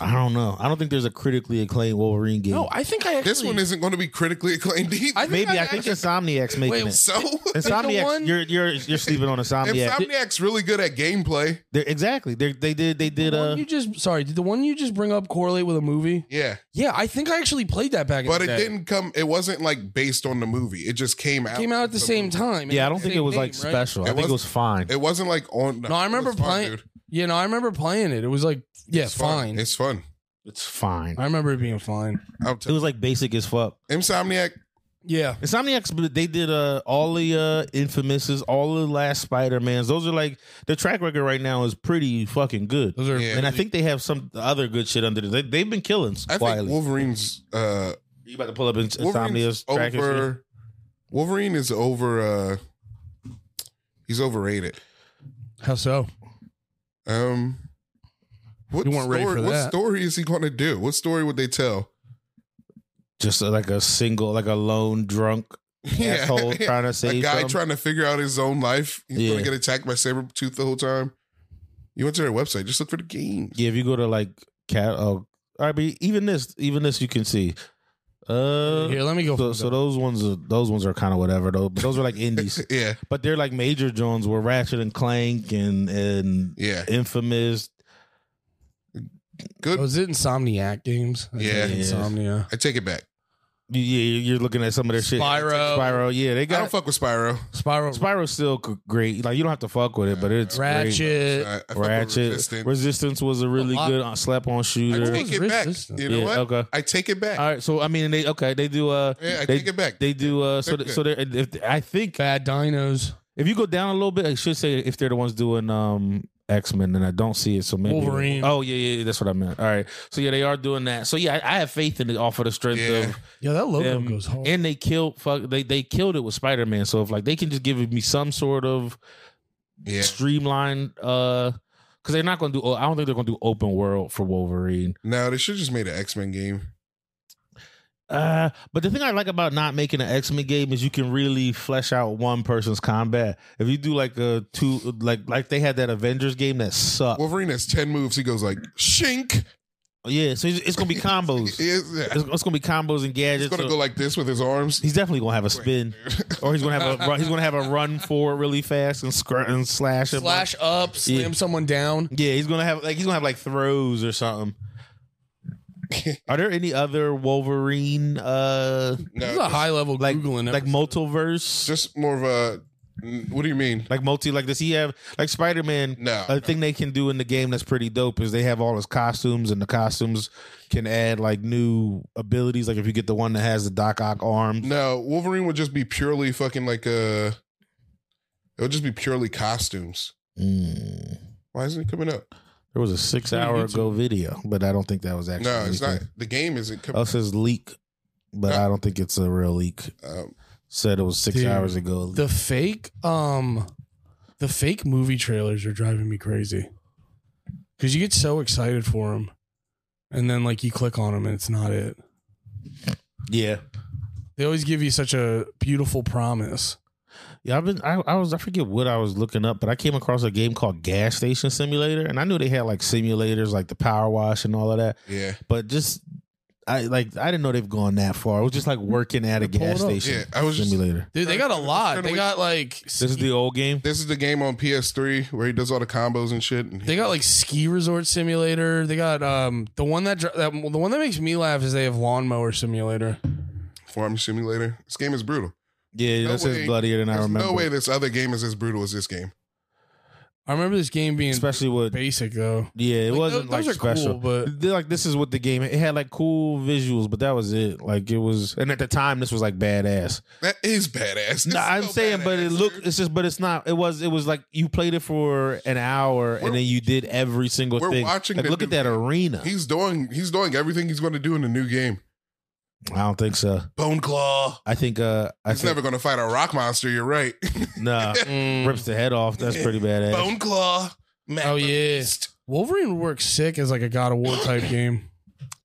I don't know. I don't think there's a critically acclaimed Wolverine game. No, I think I actually, This one isn't going to be critically acclaimed. either. I think maybe I, think actually- Insomniac's making Wait, it. so Insomniac, one- you're you're you're sleeping on Insomniac. Insomniac's really good at gameplay. They're- exactly. They they did they did the one uh you just sorry. Did the one you just bring up correlate with a movie? Yeah, Yeah, I think I actually played that back. but in it the day. didn't come. It wasn't like based on the movie. It just came out. It came out at the same time. yeah. I don't think it was like Same name, right? special. It I think it was fine. It wasn't like on. No, I remember it was fun, playing- dude. Yeah, no, I remember playing it. It was like yeah, It's fine. It's fun. it's fine. I remember it being fine. I'll It tell was like basic as fuck. Insomniac. Yeah, Insomniacs, but they did uh, all the uh, Infamouses, all the last Spider Mans. Those are like the track record right now is pretty fucking good. those are. Yeah. And I think they have some other good shit under there. They, they've been killing I quietly. think Wolverine's. uh you about to pull up Ins- Wolverine's Insomnia's track and shit? over. Wolverine is over. uh He's overrated. How so? Um. What We weren't story, ready for what that. story is he going to do? What story would they tell? Just uh, like a single, like a lone drunk asshole trying to a save guy something. trying to figure out his own life. He's Yeah. gonna get attacked by Sabretooth the whole time. You went to their website, just look for the games. yeah, if you go to like cat, oh, all right, but even this, even this, you can see. Uh, Here, let me go. so, so those ones, are, those ones are kind of whatever though. But those are like indies. Yeah, But they're like major Jones were Ratchet and Clank and and yeah. Infamous. Good. was it Insomniac games? I think Yeah. Insomnia. I take it back. You- Yeah, you're looking at some of their shit. Spyro. Spyro. Yeah, they I don't got fuck with Spyro. Spiral, Spyro's still g- great. Like you don't have to fuck with it, but it's Ratchet. Ratchet. I, I fuck with Ratchet. Resistance. Resistance. was a really A lot. good uh, slap on I shooter. take it back. Resistance. You know yeah, what? okay. I take it back. All right, so I mean, they okay, they do. Uh, yeah, I they- take it back. they do. Uh, so, They're so they're. If, I think Bad Dinos. If you go down a little bit, I should say if they're the ones doing um X Men, and I don't see it, so maybe Wolverine. Oh yeah, yeah, yeah, that's what I meant. All right, so yeah, they are doing that. So yeah, I, I have faith in it off of the strength Yeah. of Yeah, that logo them, goes hard. and they killed fuck they they killed it with Spider Man. So if like they can just give me some sort of Yeah. streamlined uh because they're not gonna do I don't think they're gonna do open world for Wolverine. No, they should just made an X Men game. Uh, but the thing I like about not making an X Men game is you can really flesh out one person's combat. If you do like a two, like like they had that Avengers game that sucked. Wolverine has ten moves. He goes like shink. Oh, yeah, so it's, it's gonna be combos. He it's, is- yeah. it's gonna be combos and He's gadgets. gonna so go like this with his arms. he's definitely gonna have a spin, or he's gonna have a run, he's gonna have a run forward really fast and scr- and slash him. Slash up, slam Yeah. someone down. Yeah, he's gonna have like he's gonna have like throws or something. Are there any other Wolverine uh This No, is a high level like googling. like multiverse? just more of a. mm, What do you mean? Like multi, like does he have like Spider Man? No. A thing they can do in the game that's pretty dope is they have all his costumes, and the costumes can add like new abilities. Like if you get the one that has the Doc Ock arms, No, Wolverine would just be purely fucking like uh It would just be purely costumes. Mm. Why isn't it coming up? there was a six hour ago video, but I don't think that was actually. No, it's not. anything. The game isn't coming. Oh, it says leak, but No. I don't think it's a real leak. Um, Said it was six Dude, hours ago. the fake, um, the fake movie trailers are driving me crazy. Because you get so excited for them, and then like you click on them and it's not it. yeah, They always give you such a beautiful promise. Yeah, I've been. I, I was. I forget what I was looking up, but I came across a game called Gas Station Simulator, and I knew they had like simulators, like the Power Wash and all of that. yeah, But just, I like. I didn't know they've gone that far. It was just like working at a Pull it gas up. station yeah. I was just. simulator. Dude, they got a lot. They got like This is the old game. This is the game on PS3 where he does all the combos and shit. And They got like ski resort simulator. They got um the one that, dr- that the one that makes me laugh is they have lawnmower simulator. farm simulator. This game is brutal. Yeah, No that says way. bloodier than I There's remember. no way this other game is as brutal as this game. I remember this game being Especially with basic though. yeah, it Like, wasn't tho- those like are special. cool, but They're Uh, like this is what the game. It had like cool visuals, but that was it. Like it was, and at the time, this was like badass. That is badass. It's No, I'm so saying, but it badass, look. dude. It's just, but it's not. It was. It was like you played it for an hour, We're- and then you did every single we're thing. watching Like, the look at new- that arena. He's doing. He's doing everything he's going to do in the new game. I don't think so. Bone Claw. I think. uh I He's think never going to fight a rock monster. You're right. nah. rips the head off. That's pretty badass. Bone Claw. Mm. oh yeah, Wolverine would work sick as like a God of War type game.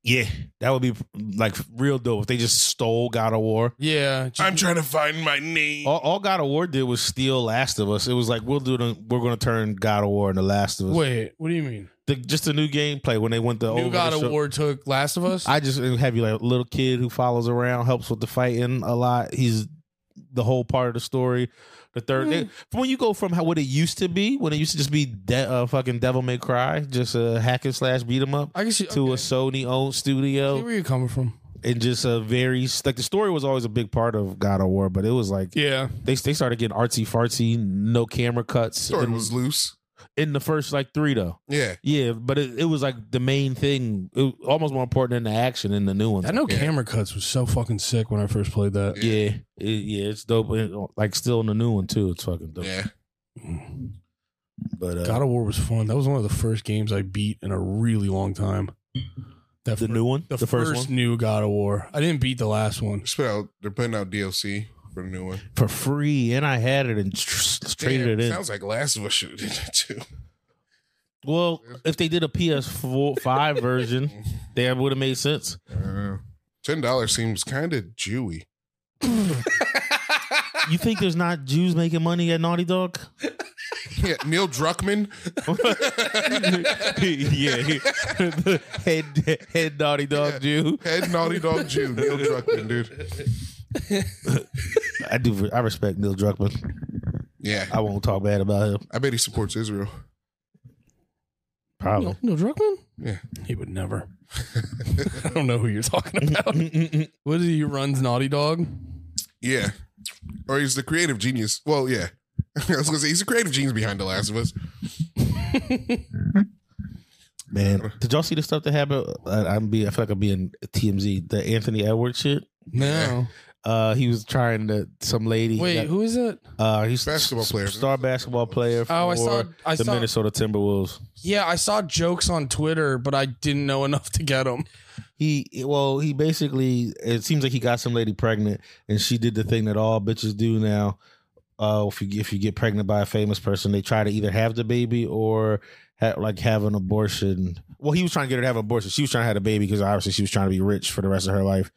Yeah, that would be like real dope if they just stole God of War. Yeah, just- I'm trying to find my name. All, all God of War did was steal Last of Us. It was like we'll do. The, we're going to turn God of War into Last of Us. wait, what do you mean? The, just a new gameplay when they went the over New the God of shou- War took Last of Us. I just have you like a little kid who follows around, helps with the fighting a lot. He's the whole part of the story. The third Mm. from when you go from how what it used to be, when it used to just be de- uh, fucking Devil May Cry, just a hack and slash beat 'em up, I guess you, to a okay. Sony owned See studio, where you're coming from. and just a very like the story was always a big part of God of War, but it was like Yeah, they they started getting artsy fartsy, no camera cuts Story in, was loose. in the first like three though. Yeah. Yeah, but it, it was like the main thing, it, almost more important than the action in the new ones. I know Yeah. camera cuts was so fucking sick when I first played that. Yeah, it, yeah, it's dope. It- like still in the new one too. It's fucking dope. Yeah. But uh, God of War was fun. That was one of the first games I beat in a really long time. That the fir- new one, the, first, new God of War. I didn't beat the last one. Just put out, they're putting out DLC for the new one. for free, and I had it and tr- traded Damn, it in. Sounds like Last of Us should have did that too. well, if they did a PS4 five version, that would have made sense. Uh-huh. Uh, Ten dollars seems kind of Jewy. You think there's not Jews making money at Naughty Dog? Yeah, Neil Druckmann. yeah, head head Naughty Dog Jew. Head Naughty Dog Jew, Neil Druckmann, dude. I do. I respect Neil Druckmann. Yeah, I won't talk bad about him. I bet he supports Israel. Probably. No, Druckmann? Yeah. He would never. I don't know who you're talking about. what is he? He runs Naughty Dog? Yeah, or he's the creative genius. Well, yeah, I was gonna say he's the creative genius behind The Last of Us. Man, did y'all see the stuff that happened? I, I'm be. I feel like I'm being TMZ. The Anthony Edwards shit. No. Uh, he was trying to some lady. Wait, that- who is it? uh, he's Basketball s- player. star basketball player. For Oh, I saw- I the saw- Minnesota Timberwolves. Yeah, I saw jokes on Twitter, but I didn't know enough to get them. He well, he basically it seems like he got some lady pregnant, and she did the thing that all bitches do now. Uh, if you if you get pregnant by a famous person, they try to either have the baby or ha- like have an abortion. Well, he was trying to get her to have an abortion. She was trying to have a baby because obviously she was trying to be rich for the rest of her life.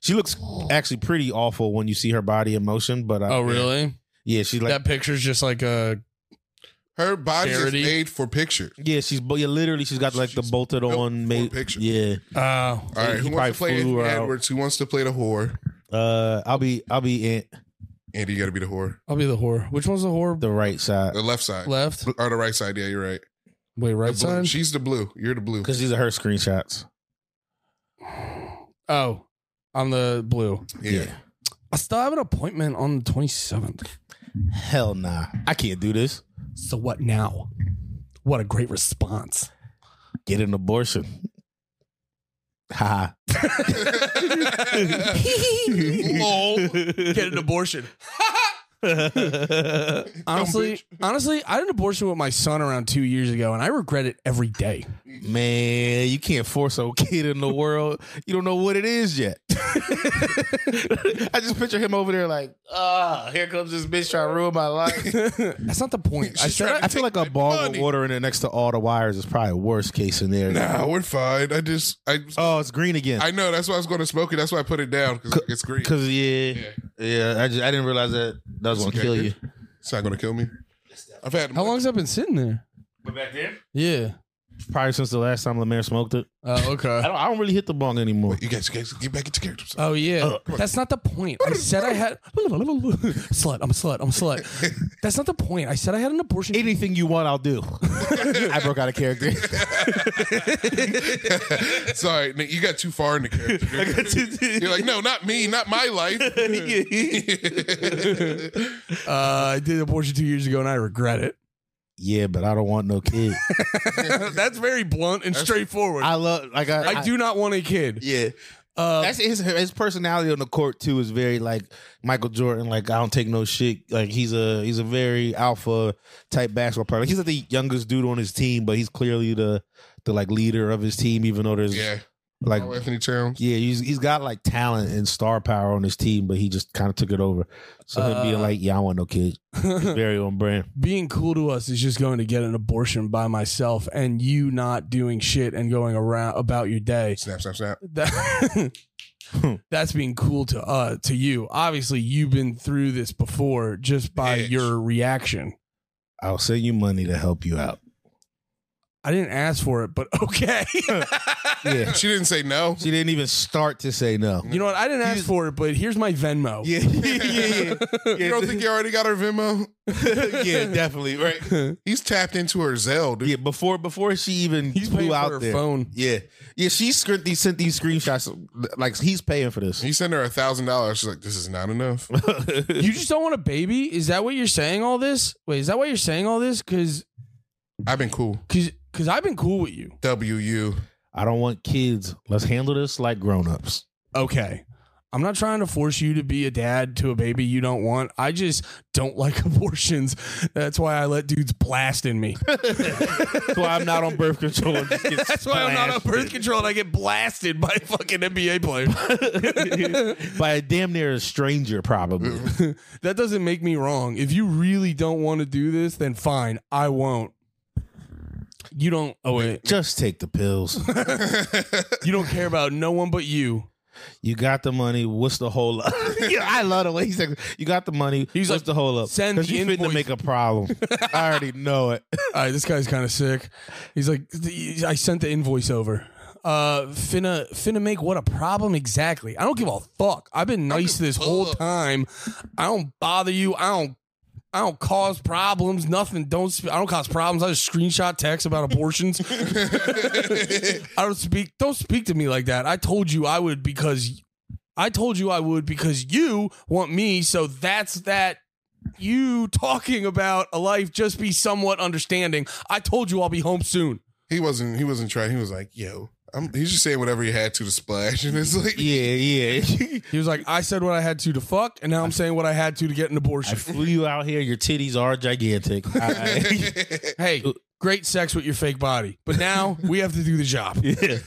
She looks actually pretty awful when you see her body in motion. But I, Oh, really? Yeah, she's like that picture's just like a Her body Charity. is made for picture. yeah, she's bo- yeah, literally she's got like the She's bolted built on for ma- a picture. Yeah, uh, All right, He who wants to probably play flew her out. Edwards? Who wants to play the whore? uh, I'll be I'll be in Andy, you got to be the whore. I'll be the whore. Which one's the whore? the right side The left side left? or the right side? Yeah, you're right. Wait, The right blue. side? She's the blue. You're the blue. because these are her screenshots. Oh, I'm the blue. Yeah. I still have an appointment on the 27th. Hell nah. I can't do this. So what now? What a great response. Get an abortion. Haha. Get an abortion. honestly, honestly, I had an abortion with my son around two years ago, and I regret it every day. Man, you can't force a kid in the world. You don't know what it is yet. I just picture him over there like, ah, here comes this bitch trying to ruin my life. That's not the point. I She's said trying I- I feel like a ball with water in it next to all the wires is probably worst case scenario. nah, we're fine. I just, I, Oh, it's green again. I know. That's why I was going to smoke it. That's why I put it down because it's green. Cause yeah, yeah. I just I didn't realize that that was gonna Okay, kill good. you. It's not going to kill me. I've had. how long's that been sitting there? Yeah. Probably since the last time Lemaire smoked it. Oh, okay. I don't. I don't really hit the bong anymore. You guys, you guys, get back into character. Uh, Oh yeah, that's not the point. I said I had slut. I'm a slut. I'm a slut. That's not the point. I said I had an abortion. anything you want, I'll do. I broke out of character. Sorry, Nick, you got too far into character. You're like, no, not me, not my life. Uh, I did abortion two years ago and I regret it. yeah, but I don't want no kid. that's very blunt and straightforward. I, I love like I, do not want a kid. Yeah, Uh, that's his his personality on the court too is very like Michael Jordan. Like I don't take no shit. Like he's a he's a very alpha type basketball player. Like, he's like the youngest dude on his team, but he's clearly the the like leader of his team. Even though there's yeah, like oh, Anthony Towns. Yeah, he's, he's got like talent and star power on his team, but he just kind of took it over. So him being Uh, like, "Yeah, I want no kid," is very on brand. being cool to us is just going to get an abortion by myself and you not doing shit and going around about your day. Snap, snap, snap. That- that's being cool to uh to you. Obviously, you've been through this before just by Bitch. your reaction. I'll send you money to help you out. I didn't ask for it, but okay. Yeah, She didn't say no. she didn't even start to say no. you know what? I didn't ask for it, but here's my Venmo. Yeah, yeah, yeah. You don't think you already got her Venmo? yeah, definitely right. He's tapped into her Zelle, dude. Yeah, before before she even He's paying flew for out her there. phone. Yeah, yeah. She sent these sent these screenshots. Like he's paying for this. He sent her a thousand dollars. She's like, this is not enough. You just don't want a baby? Is that what you're saying all this? Wait, is that why you're saying all this? Cause I've been cool. cause cause I've been cool with you. W U. I don't want kids. Let's handle this like grown ups. Okay. I'm not trying to force you to be a dad to a baby you don't want. I just don't like abortions. That's why I let dudes blast in me. That's why I'm not on birth control. and just get That's why I'm not on splashed. birth control and I get blasted by a fucking NBA player. by a damn near a stranger, probably. Mm-hmm. that doesn't make me wrong. If you really don't want to do this, then fine, I won't. You don't owe it. Just take the pills. You don't care about no one but you. You got the money. What's the whole up? Yeah, I love the way he said, "You got the money. He's What's like, the whole up?" "Send the you to invoice." make a problem. I already know it. All right, this guy's kind of sick. He's like, I sent the invoice over. Uh, finna finna make what a problem exactly. I don't give a fuck. I've been nice this whole time. I don't bother you. I don't. I don't cause problems. Nothing. Don't. sp- I don't cause problems. I just screenshot text about abortions. I don't speak. Don't speak to me like that. I told you I would because I told you I would because you want me. So that's that. You talking about a life? Just be somewhat understanding. I told you I'll be home soon. He wasn't. He wasn't trying. He was like, yo, I'm, he's just saying whatever he had to to splash, and it's like, Yeah, yeah. He was like, I said what I had to to fuck, and now I'm saying what I had to to get an I abortion. flew you out here. Your titties are gigantic. I- hey, great sex with your fake body, but now we have to do the job. Yeah.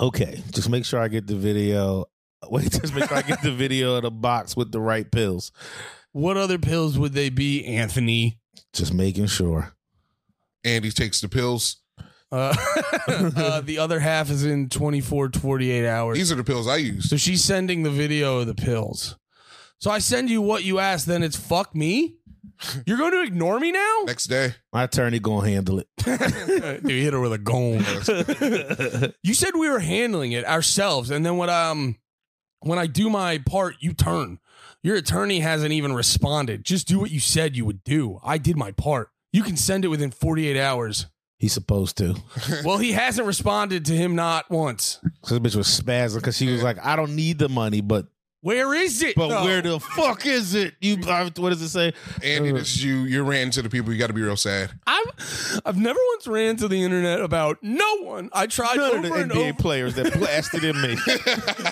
okay. Just make sure I get the video. Wait, just make sure I get the video of the box with the right pills. What other pills would they be, Anthony? Just making sure. Andy takes the pills. Uh, uh, the other half is in 24 to 48 hours. These are the pills I use. So she's sending the video of the pills. So I send you what you asked, then it's fuck me? You're going to ignore me now? Next day, My attorney gonna handle it. Dude, you hit her with a gong. you said we were handling it ourselves, and then when um when I do my part, you turn. Your attorney hasn't even responded. Just do what you said you would do. I did my part. You can send it within 48 hours. He's supposed to. Well, he hasn't responded to him not once. Cause this bitch was spazzing because she was like, I don't need the money, but Where is it? but though? where the fuck is it? You I- what does it say? Uh. Andy, this is you. You're ran to the people. You got to be real sad. I've I've never once ran to the internet about no one. I tried None of over the and NBA over. players that blasted in me. None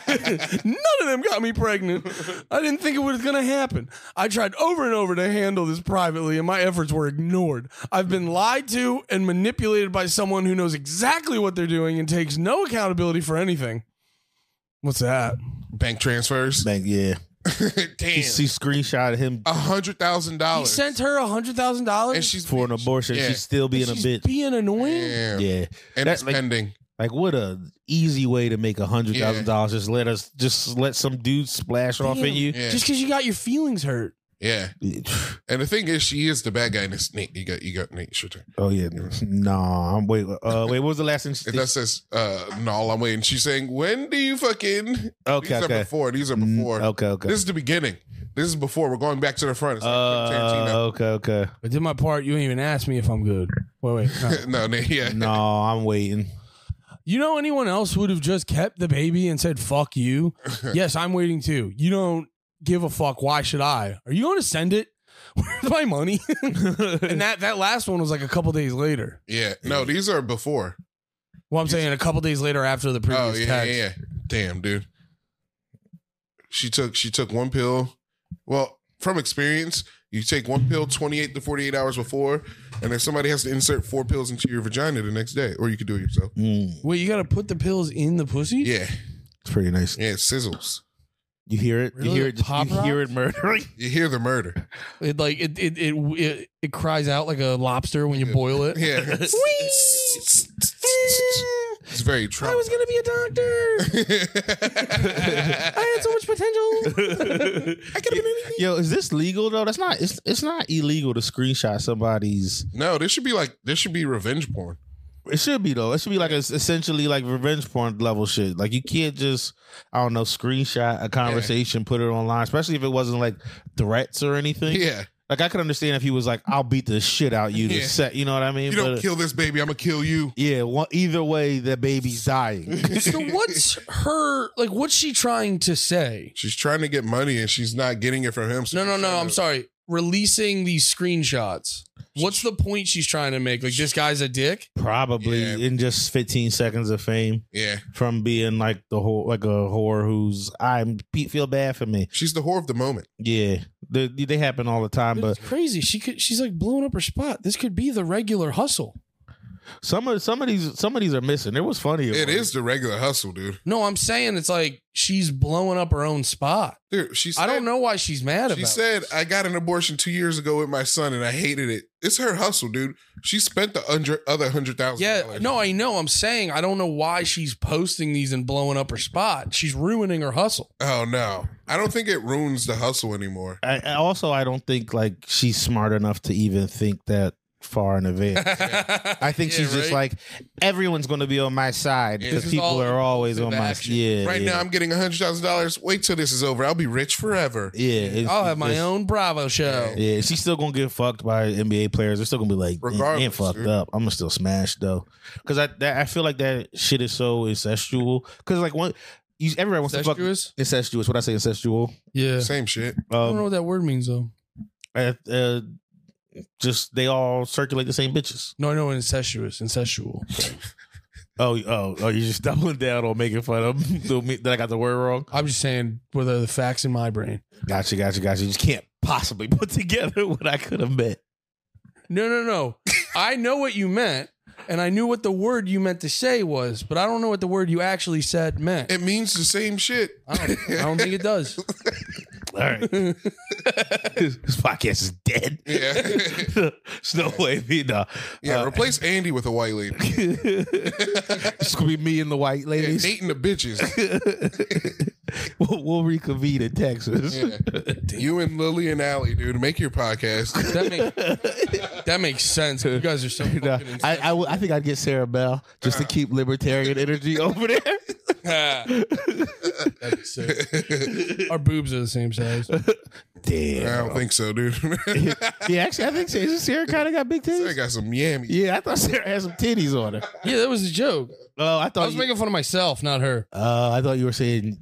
of them got me pregnant. I didn't think it was going to happen. I tried over and over to handle this privately, and my efforts were ignored. I've been lied to and manipulated by someone who knows exactly what they're doing and takes no accountability for anything. What's that? Bank transfers. Like, yeah. She, Damn, she screenshotted him a hundred thousand He dollars. sent her a hundred thousand and dollars. she's for an abortion. Yeah. She's still being a bitch. being annoying. Damn. yeah. and That- it's like- pending. Like what a easy way to make a hundred Yeah. thousand dollars. Just let us just let some dude splash off at Damn. you. Yeah. Just because you got your feelings hurt. Yeah, and the thing is, she is the bad guy in this. Nate, you got you got Nate Shooter. Oh yeah. No, I'm wait uh wait, what was the last thing she And that says, uh, "No, I'm waiting." She's saying, "When do you fucking?" Okay, these are okay. before. These are Mm, before. Okay, okay. This is the beginning. This is before. We're going back to the front. It's like uh, Tarantino. okay, okay. I did my part. You ain't even ask me if I'm good. Wait, wait. no. no, Nate, yeah. No, I'm waiting. You know anyone else would have just kept the baby and said fuck you? yes, I'm waiting too. You don't give a fuck. Why should I? Are you going to send it? Where's my money? and that that last one was like a couple days later. Yeah. No, these are before. Well, I'm saying a couple days later after the previous Oh yeah, yeah, text. yeah. Damn, dude. She took she took one pill. Well, from experience, you take one pill 28 to 48 hours before, and then somebody has to insert four pills into your vagina the next day. Or you could do it yourself. Mm, Wait, you got to put the pills in the pussy? Yeah. it's pretty nice. Yeah, it sizzles. You hear it? You Really? hear it? Pop you hear it murdering? You hear the murder. It like it it, it it it cries out like a lobster when you boil it. Yeah. it's very true. I was gonna be a doctor. I had so much potential. I could have been anything. Yo, is this legal though? That's not. It's it's not illegal to screenshot somebody's. no, this should be like this should be revenge porn. It should be though. It should be like a, essentially like revenge porn level shit. Like you can't just I don't know screenshot a conversation, put it online, especially if it wasn't like threats or anything. Yeah. Like I could understand if he was like, "I'll beat the shit out you to Yeah. set." You know what I mean? You don't kill this baby, I'm gonna kill you. yeah. One, either way, the baby's dying. So what's her like? What's she trying to say? She's trying to get money and she's not getting it from him. so No, no, she's no. trying I'm to- sorry. Releasing these screenshots. What's the point she's trying to make? Like this guy's a dick. Probably Yeah. in just 15 seconds of fame Yeah. from being like the whole like a whore who's I'm Pete feel bad for me. She's the whore of the moment. Yeah, they, they happen all the time, but It's crazy. She could. She's like blowing up her spot. This could be the regular hustle. some of some of these some of these are missing. It was funny. It is the regular hustle, dude. No, I'm saying it's like she's blowing up her own spot. Dude, she said, I don't know why she's mad about. She it. said, I got an abortion two years ago with my son and I hated it. It's her hustle, dude. She spent the under, other hundred thousand. Yeah, no, I know. I'm saying I don't know why she's posting these and blowing up her spot. She's ruining her hustle. Oh no, I don't think it ruins the hustle anymore. I, I also I don't think like she's smart enough to even think that far in advance. I think she's just like everyone's going to be on my side Yeah, because this is people all are always on impulsive my action. yeah. right yeah. now, I'm getting a hundred thousand dollars. Wait till this is over. I'll be rich forever. yeah, it's- I'll have my it's- own Bravo show. Yeah, she's still gonna get fucked by NBA players. They're still gonna be like, Regardless, "Man, fucked dude. up." I'm gonna still smash though, because I that, I feel like that shit is so incestual. Because like one, you, everybody wants to fuck Incestuous? incestuous. What I say, incestual. Yeah. Same shit. I don't know Um, what that word means though. uh, uh, just they all circulate the same bitches. No, I know incestuous, incestual. Oh, oh, oh! You're just doubling down on making fun of the me that I got the word wrong. I'm just saying what are the facts in my brain. Gotcha, gotcha, gotcha. You just can't possibly put together what I could have meant. No, no, no. I know what you meant, and I knew what the word you meant to say was, but I don't know what the word you actually said meant. It means the same shit. I don't, I don't think it does. All right, this this podcast is dead. Yeah. There's no way, me, nah. Yeah, Uh, replace Andy with a white lady. it's gonna be me and the white And ladies. dating the bitches. we'll, we'll reconvene in Texas. Yeah. you and Lily and Allie, dude, make your podcast. That, make, that makes sense. You guys are so fucking Nah, insane. I, I, would- I think I'd get Sarah Bell just to keep libertarian energy over there. That'd be sick. Our boobs are the same size. I Damn. don't think so, dude. Yeah, actually, I think so. Isn't Sarah kind of got big I titties. got some yammy. Yeah, I thought Sarah had some titties on her. Yeah, that was a joke. Oh, I thought I was you, making fun of myself, not her. uh, I thought you were saying.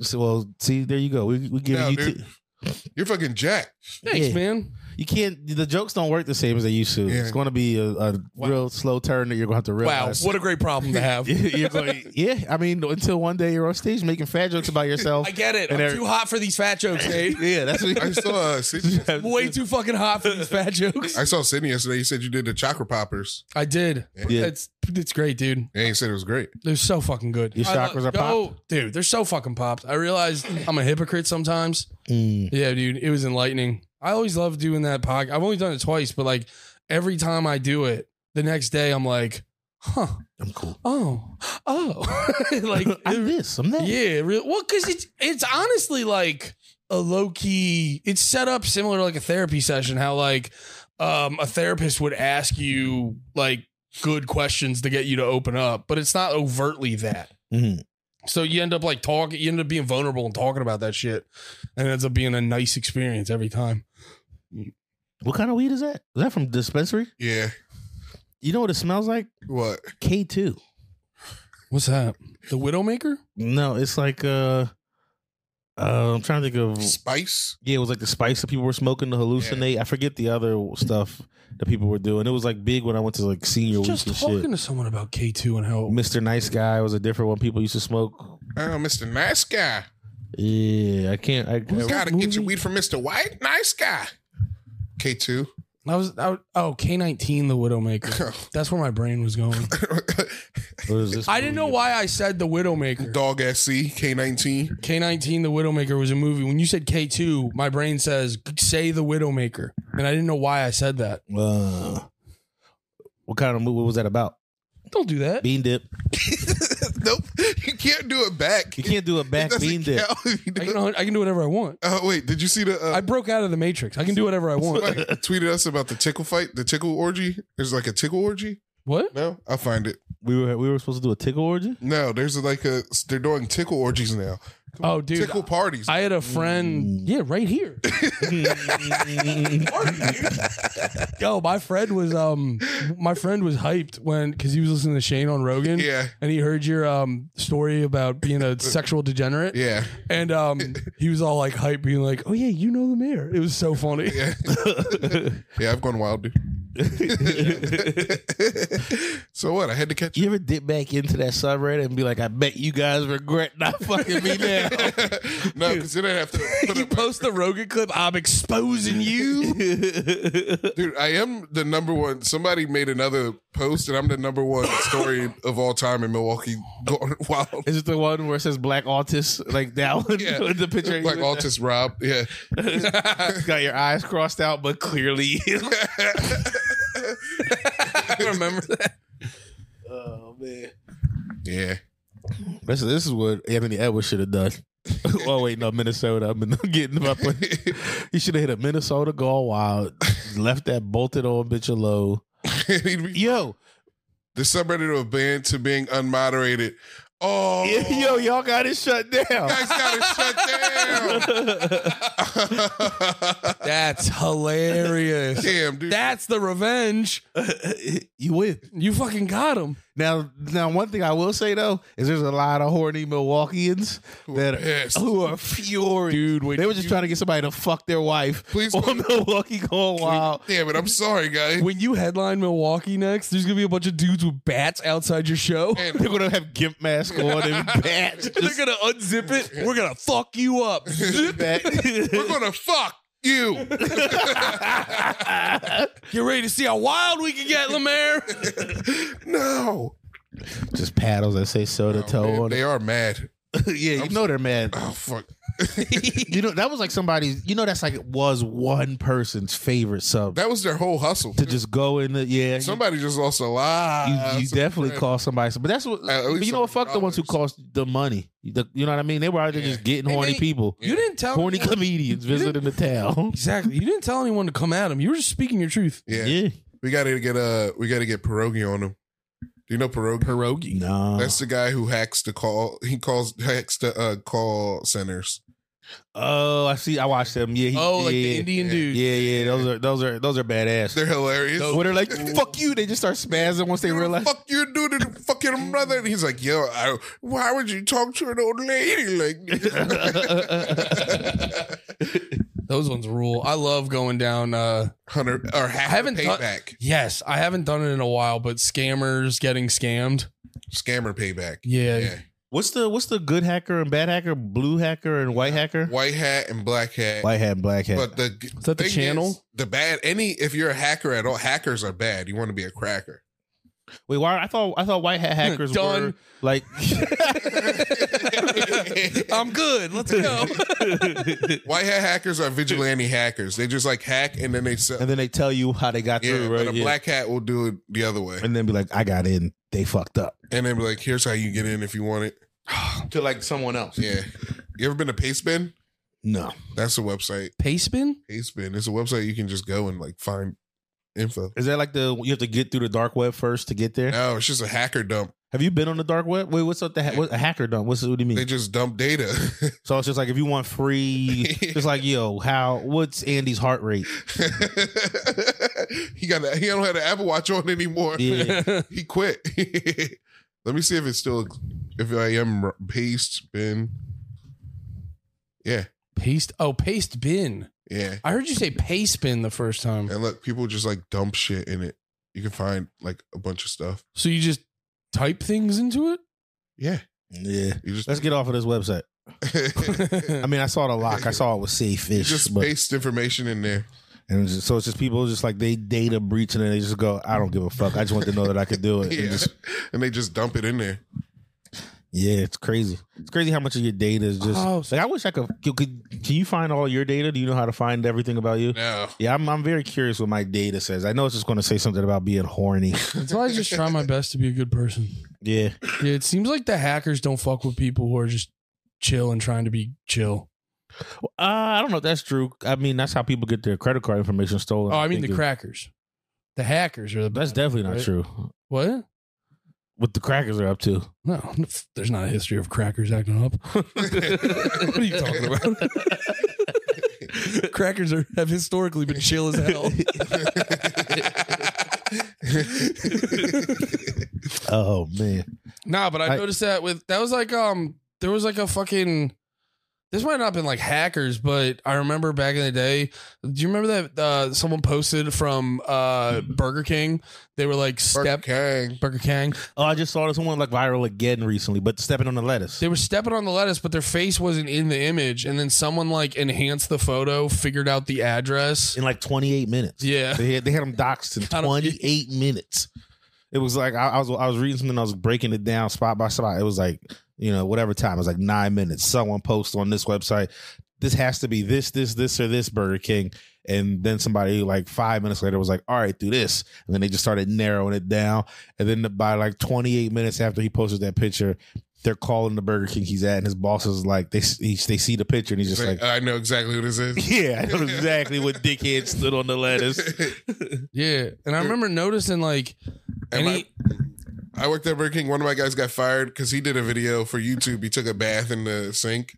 So, well, see, there you go. We we giving No, you. dude. T- You're fucking Jack. Thanks, Yeah. man. you can't. The jokes don't work the same as they used to. Yeah. It's going to be a, a Wow. real slow turn that you're going to have to Wow, realize. what a great problem to have. you're going, yeah, I mean, until one day you're on stage making fat jokes about yourself. I get it. And I'm every- too hot for these fat jokes, Nate. yeah, that's what I saw uh, Sydney. I'm way too fucking hot for these fat jokes. I saw Sydney yesterday. He said you did the chakra poppers. I did. Yeah. It's it's great, dude. And he said it was great. They're so fucking good. Your I love- chakras are Yo, dude. They're so fucking popped. I realized I'm a hypocrite sometimes. Mm. Yeah, dude. It was enlightening. I always love doing that podcast. I've only done it twice, but like every time I do it, the next day I'm like, huh, I'm cool. oh, oh, like. I'm this. I'm that. Yeah, real, well, because it's it's honestly like a low key. It's set up similar to like a therapy session. How like um, a therapist would ask you like good questions to get you to open up, but it's not overtly that. Mhm. So you end up like talking. You end up being vulnerable and talking about that shit, and it ends up being a nice experience every time. What kind of weed is that? Is that from dispensary? Yeah. You know what it smells like? What? K two. What's that? The Widowmaker? No, it's like uh, uh I'm trying to think of Spice? yeah, it was like the spice that people were smoking to hallucinate. I forget the other stuff that people were doing. It was like big when I went to like senior week Just and talking shit. to someone about K two and how Mr. Nice Guy was a different one people used to smoke. Oh, Mr. Nice Guy. Yeah, I can't. I, You gotta get your movie? weed from Mr. White. Nice Guy. K2. I was. I, oh, K nineteen, the Widowmaker. That's where my brain was going. what is this I didn't know movie? why I said the Widowmaker. Dog at C. K19. K nineteen, the Widowmaker was a movie. When you said K two, my brain says say the Widowmaker, and I didn't know why I said that. Uh, what kind of movie what was that about? Don't do that. Bean dip. nope. You can't do it back. You can't do a It back doesn't bean dip. count if you do I it- can, I can do whatever I want. Oh, wait. Did you see the. Uh, I broke out of the Matrix. I can do whatever I want. somebody tweeted us about the tickle fight, the tickle orgy. There's like a tickle orgy. What? No, I'll find it. We were we were supposed to do a tickle orgy. No, there's like a. They're doing tickle orgies now. Oh, dude. tickle parties. I had a friend. Mm. Yeah, right here. Yo, my friend was um, my friend was hyped when because he was listening to Shane on Rogan. Yeah. and he heard your um story about being a sexual degenerate. yeah. And um, he was all like hype, being like, "Oh yeah, you know the mayor." It was so funny. Yeah. yeah, I've gone wild, dude. so what? I had to catch you ever dip back into that subreddit and be like, I bet you guys regret not fucking me now. no, because then I have to put you up my- post the Rogan clip. I'm exposing you. dude, I am the number one. Somebody made another post, and I'm the number one story of all time in Milwaukee going wild. Is it the one where it says black autist? Like that one? Yeah. With the picture. Like Altus Rob. Yeah. Got your eyes crossed out, but clearly. I remember that. oh, man. Yeah. This, this is what Anthony Edwards should have done. oh, wait, no, Minnesota. I'm getting my point. He should have hit a Minnesota goal wild, left that bolted on bitch alone. Yo, the subreddit of banned to being unmoderated. Oh, yo, y'all got it shut down. guys got it shut down. That's hilarious. Damn, dude. That's the revenge. you win. You fucking got him. Now, now, one thing I will say though is there's a lot of horny Milwaukeeans that pissed. are, who are furious. Dude, when they were just trying to get somebody to fuck their wife. Please on don't- Milwaukee going wild. Damn it, I'm sorry, guys. When you headline Milwaukee next, there's gonna be a bunch of dudes with bats outside your show. And- They're gonna have gimp mask on and bats. Just They're gonna unzip it. We're gonna fuck you up. that. We're gonna fuck you. Get ready to see how wild we can get, Lemaire. no. just paddles that say soda toe Man, on it. they are mad. yeah, you know they're mad. Oh fuck. you know that was like somebody's. You know that's like it was one person's favorite sub That was their whole hustle. to just go in the yeah. you- Somebody just lost a lot. you, you definitely call somebody, but that's what. At But least you know what? Fuck the ones who $100. cost the money. The- you know what I mean? They were out there just getting And horny they- people, You didn't tell horny anyone- comedians visiting the town. exactly. You didn't tell anyone to come at him. You were just speaking your truth. Yeah. We gotta get uh we gotta get pierogi on them. Do you know pierogi? Pierogi. Nah. That's the guy who hacks the call. He calls hacks the uh, call centers. oh, I see. I watched them. Yeah. He, Oh, yeah, like the Indian Yeah. dude. Yeah, yeah. Those are those are those are badass. They're hilarious. When they're like, "Fuck you," they just start spazzing once they What the realize. fuck you do to the fucking mother? And he's like, yo, I, why would you talk to an old lady like this? Those ones rule. I love going down. uh Hunter or half Haven't haven't done- payback, Yes, I haven't done it in a while, but scammers getting scammed. scammer payback. Yeah. Yeah. What's the what's the good hacker and bad hacker, blue hacker and white hacker? white hat and black hat. White hat and black hat. But the Is that the thing channel? is, the bad any if you're a hacker at all, hackers are bad. You want to be a cracker. Wait, why? I thought I thought white hat hackers Done. were like. I'm good. Let's go. White hat hackers are vigilante hackers. They just like hack and then they sell. and then they tell you how they got Yeah, through, right? but a Yeah. black hat will do it the other way, and then be like, I got in. They fucked up. and then be like, "Here's how you get in if you want it." To like someone else. Yeah, you ever been to Pastebin? No. That's a website. Pastebin? Pastebin. It's a website you can just go and like find info. Is that like the you have to get through the dark web first to get there? No, it's just a hacker dump. Have you been on the dark web? Wait, what's up? The ha- what, a hacker dump? What's what do you mean? They just dump data. so it's just like if you want free, it's like yo, how? What's Andy's heart rate? he got. A, he don't have an Apple Watch on anymore. Yeah. He quit. Let me see if it's still. If I am r- Pastebin. Yeah, Paste. Oh, paste bin. yeah. I heard you say paste bin the first time. And look, people just like dump shit in it. You can find like a bunch of stuff. So you just type things into Yeah, yeah. you just Let's get off of this website. I it? mean, I saw the lock. I saw it was you safe-ish, just but paste information in there. and it's just- so it's just people just like they data breach and then they just go, I don't give a fuck. I just want to know that I could do it. Yeah. And just- and they just dump it in there. Yeah, it's crazy. It's crazy how much of your data is just Oh, so- like I wish I could, could, could- Can you find all your data? Do you know how to find everything about you? No. Yeah, I'm. I'm very curious what my data says. I know it's just going to say something about being horny. That's why I just try my best to be a good person. yeah, Yeah, it seems like the hackers don't fuck with people who are just chill and trying to be chill. uh, I don't know if that's true. I mean, that's how people get their credit card information stolen. Oh, I mean the think crackers. The hackers are the it- That's best. definitely not Right? true. What? What the crackers are up to? No, there's not a history of crackers acting up. what are you talking about? crackers are, have historically been chill as hell. Oh man, Nah, but I, I- noticed that with that was like um there was like a fucking this might not have been like hackers, but I remember back in the day. Do you remember that uh, someone posted from uh, Burger King? They were like step Kang. Burger King. oh, I just saw this one went like viral again recently, but stepping on the lettuce. They were stepping on the lettuce, but their face wasn't in the image. And then someone like enhanced the photo, figured out the address. in like 28 minutes. Yeah. They had, they had them doxed I in don't- 28 minutes. It was like I, I was I was reading something. I was breaking it down spot by spot. It was like you know whatever time. It was like nine minutes. Someone posts on this website. This has to be this this this or this Burger King. And then somebody like five minutes later was like, "All right, do this." And then they just started narrowing it down. And then by like 28 minutes after he posted that picture, they're calling the Burger King he's at, and his boss is like, "They he, they see the picture, and he's just like." I know exactly who this is. yeah, I know exactly what dickhead stood on the lettuce. Yeah. And I remember noticing like And any I worked at Burger King. One of my guys got fired because he did a video for YouTube. He took a bath in the sink.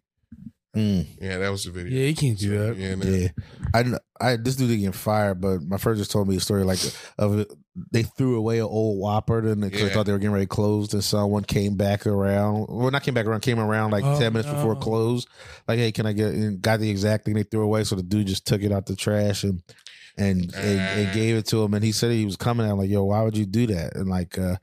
Mm, Yeah, that was the video. Yeah, you can't do that. Yeah, man. yeah, I kn- I this dude getting fired, but my friend just told me a story like of they threw away an old Whopper and they 'cause they Yeah. thought they were getting ready to close, and someone came back around. Well, not came back around, came around like Oh, ten minutes before it no. closed. Like, hey, can I get and got the exact thing they threw away? So the dude just took it out the trash and. And, and and Ah. gave it to him, and he said he was coming. I'm like, yo, why would you do that? And like, uh,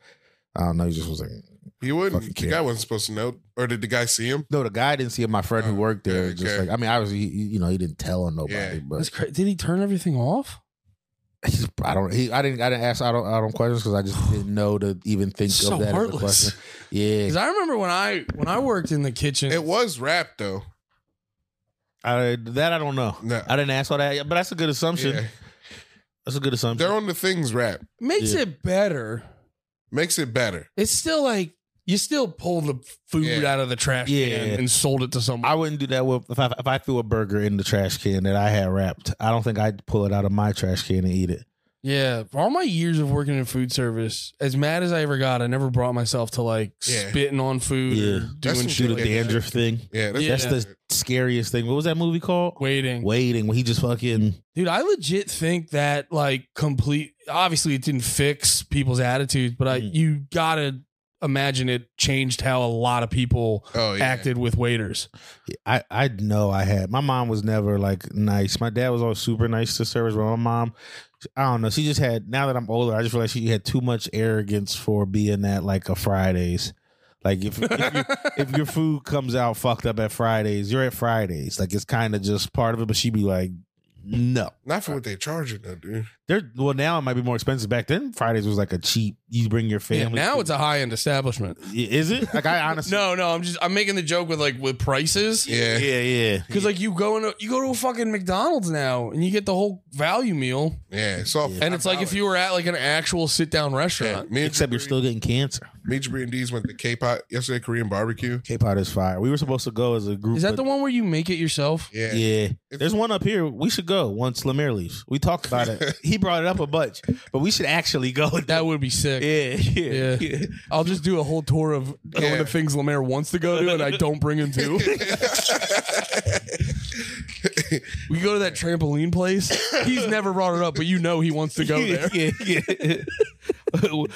I don't know, he just was like, He Fucking wouldn't. The kid. guy wasn't supposed to know. Or did the guy see him? No, the guy didn't see it. My friend who Oh, worked there, okay, just okay. like I mean, obviously, he- you know, he didn't tell on nobody, Yeah. That's but cra- Did he turn everything off? he's, I don't. He, I didn't. I didn't ask. I don't. I don't questions because I just didn't know to even think so of that as a heartless. question. Yeah, Because I remember when I when I worked in the kitchen. It was rap though. I, that I don't know. No. I didn't ask all that, but that's a good assumption. Yeah. That's a good assumption. They're on the things rap. makes Yeah. it better. Makes it better. It's still like you still pull the food Yeah. out of the trash Yeah. can and sold it to someone. I wouldn't do that with if I, if I threw a burger in the trash can that I had wrapped. I don't think I'd pull it out of my trash can and eat it. yeah, for all my years of working in food service, as mad as I ever got, I never brought myself to like Yeah. spitting on food, Yeah. or That's doing some shit Do the like that. dandruff thing. Yeah, that's, Yeah. That's the scariest thing. What was that movie called? Waiting, Waiting. When he just fucking. dude. I legit think that like complete. Obviously, it didn't fix people's attitudes, but I Mhm. you gotta imagine it changed how a lot of people Oh yeah. acted with waiters. I, I know I had my mom was never like nice. My dad was always super nice to service, but my mom, I don't know. She just had now that I'm older, I just realized she had too much arrogance for being at like a Fridays. Like if if, you, if your food comes out fucked up at Fridays, you're at Fridays. Like it's kind of just part of it. But she'd be like, no, Not for what they charging though, dude. they're well now it might be more expensive. Back then, Fridays was like a cheap. You bring your Yeah, family. now it's a high end establishment. is it like I honestly No, no, I'm just I'm making the joke with like with prices. Yeah. Yeah. yeah yeah Cause like you go in a, you go to a fucking McDonald's now and you get the whole value meal, It's all Yeah. and it's like if you were at like an actual sit down yeah. restaurant. me and except you're Jabri- still getting cancer. me and Jabri and D's went to K pot yesterday, Korean barbecue. K-pop is fire. We were supposed to go as a group. Is that the but- one where you make it yourself? Yeah. Yeah. There's one up here. We should go once Lemire leaves. We talked about it. he brought it up a bunch, but we should actually go. That would be sick. yeah, yeah, yeah. I'll just do a whole tour of going Yeah. to things Lemaire wants to go to and I don't bring him to. we go to that trampoline place. He's never brought it up, but you know he wants to go there. Yeah, yeah.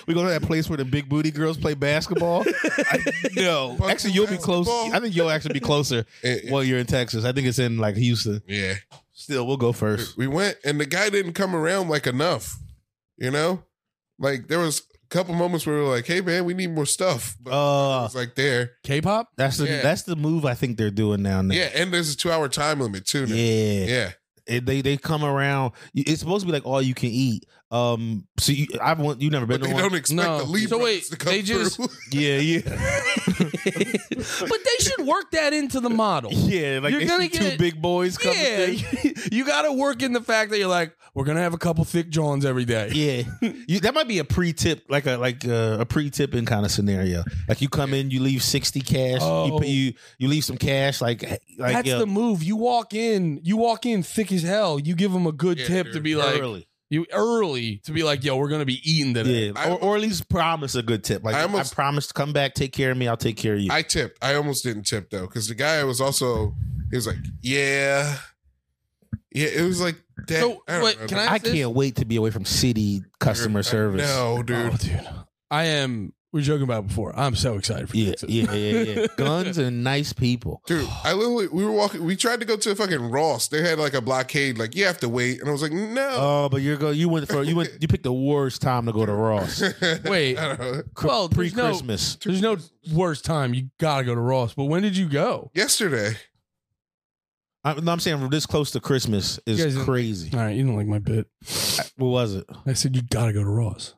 we go to that place where the big booty girls play basketball. I, no, Fuck actually, you'll be close. basketball. I think you'll actually be closer Eh, eh. while you're in Texas. I think it's in like Houston. yeah. Still, we'll go first. We went and the guy didn't come around like enough. You know? Like there was a couple moments where we were like, hey man, we need more stuff. But Uh, it's like there. K-pop? that's the Yeah. that's the move I think they're doing now. now. Yeah, and there's a two hour time limit too. now. yeah. Yeah. It, they they come around. you- It's supposed to be like all you can eat. Um, so you, I've won- you never been But to they one. don't expect No. the Lee So brothers wait, to come they just- through. Yeah, yeah, but they should work that into the model. yeah. Like You're they gonna see get- two big boys coming. Yeah, Yeah, you, got to work in the fact that you're like, we're gonna have a couple thick Johns every day. yeah. You, that might be a pre-tip, like a like uh, a pre-tipping kind of scenario. Like you come in, you leave sixty cash. You, Oh. put, you you leave some cash. Like like That's yeah, the move. You walk in, you walk in thick as hell. You give them a good Yeah, tip to dude, be like early. you early to be like, yo, we're gonna be eating today. yeah, I- or, or at least promise a good tip. Like I, I almost- promise to come back, take care of me. I'll take care of you. I tipped. I almost didn't tip though, because the guy was also he was like, Yeah. Yeah, it was like that. So, don't wait, know, can dude. I can't wait to be away from city customer service. No, dude. Oh, dude, I am. We were joking about it before. I'm so excited for Yeah, this. yeah, yeah, yeah. Guns and nice people. Dude, I literally we were walking. We tried to go to a fucking Ross. They had like a blockade. Like you have to wait, and I was like, no. Oh, but you're go. You went for you went. You picked the worst time to go to Ross. Wait, I don't know. well, pre there's no, Christmas. there's no worse time. You gotta go to Ross. But when did you go? Yesterday, I, no, I'm saying we're this close to Christmas You is guys- crazy. All right, you don't like my bit. What was it? I said you gotta go to Ross.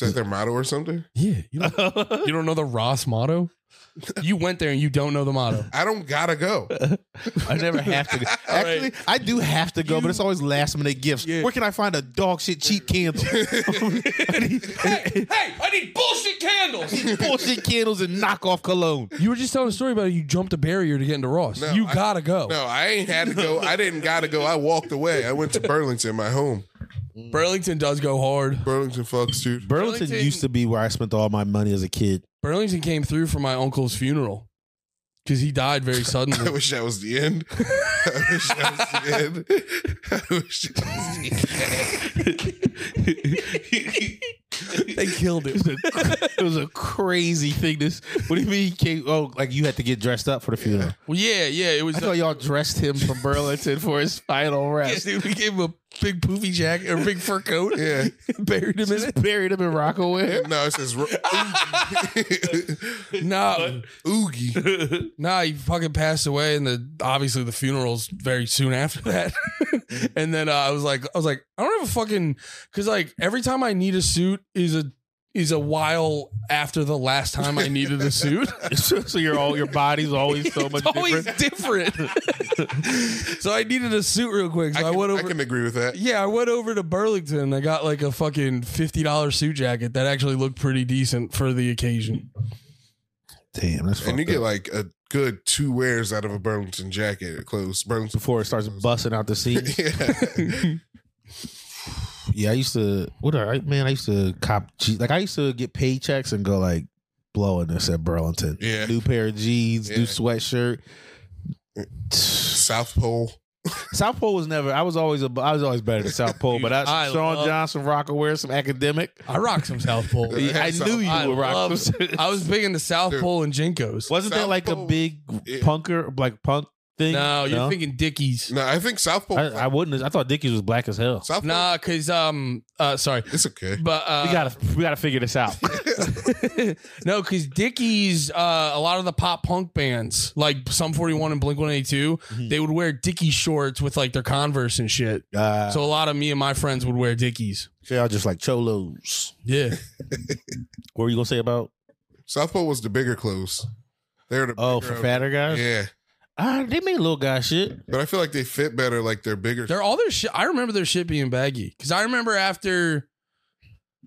is that their motto or something? Yeah, you don't, you don't know the Ross motto. You went there and you don't know the motto. I don't gotta go. Oh. I never have to. All right. Actually, I do have to go, but it's always last minute gifts. Yeah. Where can I find a dog shit cheap candle? hey, I need bullshit candles. Bullshit candles and knockoff cologne. You were just telling a story about how you jumped a barrier to get into Ross. No, you I- gotta go. No, I ain't had to go. I didn't gotta go. I walked away. I went to Burlington, my home. Burlington does go hard. Burlington fucks, dude. Burlington, Burlington- used to be where I spent all my money as a kid. Burlington came through for my uncle's funeral. because he died very I suddenly. wish that was the end. I wish that was the end. I wish that was the end. they killed him. it was a crazy thing. This. What do you mean? He came, oh, like you had to get dressed up for the funeral. Well, yeah, yeah. It was. I uh, thought y'all dressed him from Burlington for his final yeah, rest. dude, we gave him a big poofy jacket or a big fur coat. Yeah. buried him in it. Just buried him in Rockaway. No, it says Oogie. Nah, Oogie. nah. He fucking passed away, and the obviously the funeral's very soon after that. and then uh, I was like, I was like, I don't have a fucking because like every time I need a suit is a is a while after the last time I needed a suit. so, so your all your body's always so much it's always different. different. so I needed a suit real quick. So I I, can, went I over. can agree with that. yeah, I went over to Burlington. and I got like a fucking fifty dollars suit jacket that actually looked pretty decent for the occasion. Damn, that's And you get like a good two wears out of a Burlington jacket close. Burlington. before it starts busting out the seams. Yeah. yeah, I used to. What are man? I used to cop. G, like I used to get paychecks and go like blowing this at Burlington. Yeah. new pair of jeans, new Yeah. sweatshirt. South Pole. South Pole was never. I was always a. I was always better than South Pole, but I, I Sean love- Johnson, Rockaware, some academic. I rock some South Pole. I South- knew you I would rock. love- some shit. I was big into South Dude. Pole and Jinkos. Wasn't that South like a Pole- big Yeah. punker, like punk thing? No, you're thinking Dickies. No, I think South Pole. I, I wouldn't. I thought Dickies was black as hell. South Pole. Nah, cause um, uh, sorry, It's okay. but uh, we gotta we gotta figure this out. no, because Dickies, uh, a lot of the pop punk bands, like Sum 41 and Blink 182, Mhm. they would wear Dickie shorts with like their Converse and shit. Uh, So a lot of me and my friends would wear Dickies. so y'all just like cholos. Yeah. What were you gonna say about? South Pole was the bigger clothes. They're the Oh, for bigger- fatter guys. Yeah, Ah, they made little guy shit. but I feel like they fit better. Like they're bigger. They're all their shit. I remember their shit being baggy. Cause I remember after,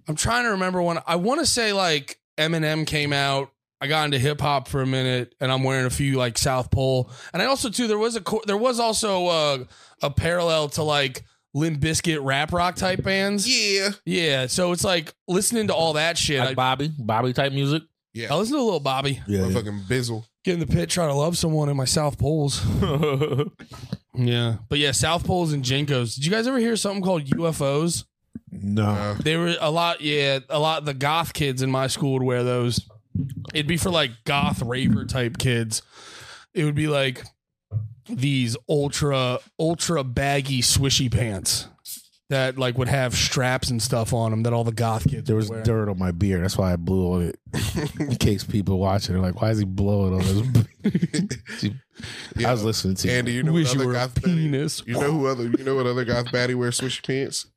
I'm trying to remember when, I want to say like Eminem came out. I got into hip hop for a minute and I'm wearing a few like South Pole. And I also, too, there was a, co- there was also uh a parallel to like Limp Biscuit rap rock type bands. yeah, Yeah, so it's like listening to all that shit. Like I, Bobby, Bobby type music. yeah. I listen to a little Bobby. Yeah. Motherfucking bizzle. Get in the pit, try to love someone in my South Poles. Yeah. But yeah, South Poles and Jinkos. Did you guys ever hear something called UFOs? no. Uh, They were a lot, yeah, a lot of the goth kids in my school would wear those. It'd be for like goth raver type kids. It would be like these ultra, ultra baggy swishy pants that like would have straps and stuff on them that all the goth kids There would was wear. dirt on my beard. That's why I blew on it. In case people watching are like, why is he blowing on his I was listening to you. Andy, you know Wish what you other were a goth baddie- penis. You know who other? You know what other goth baddie wear swishy pants?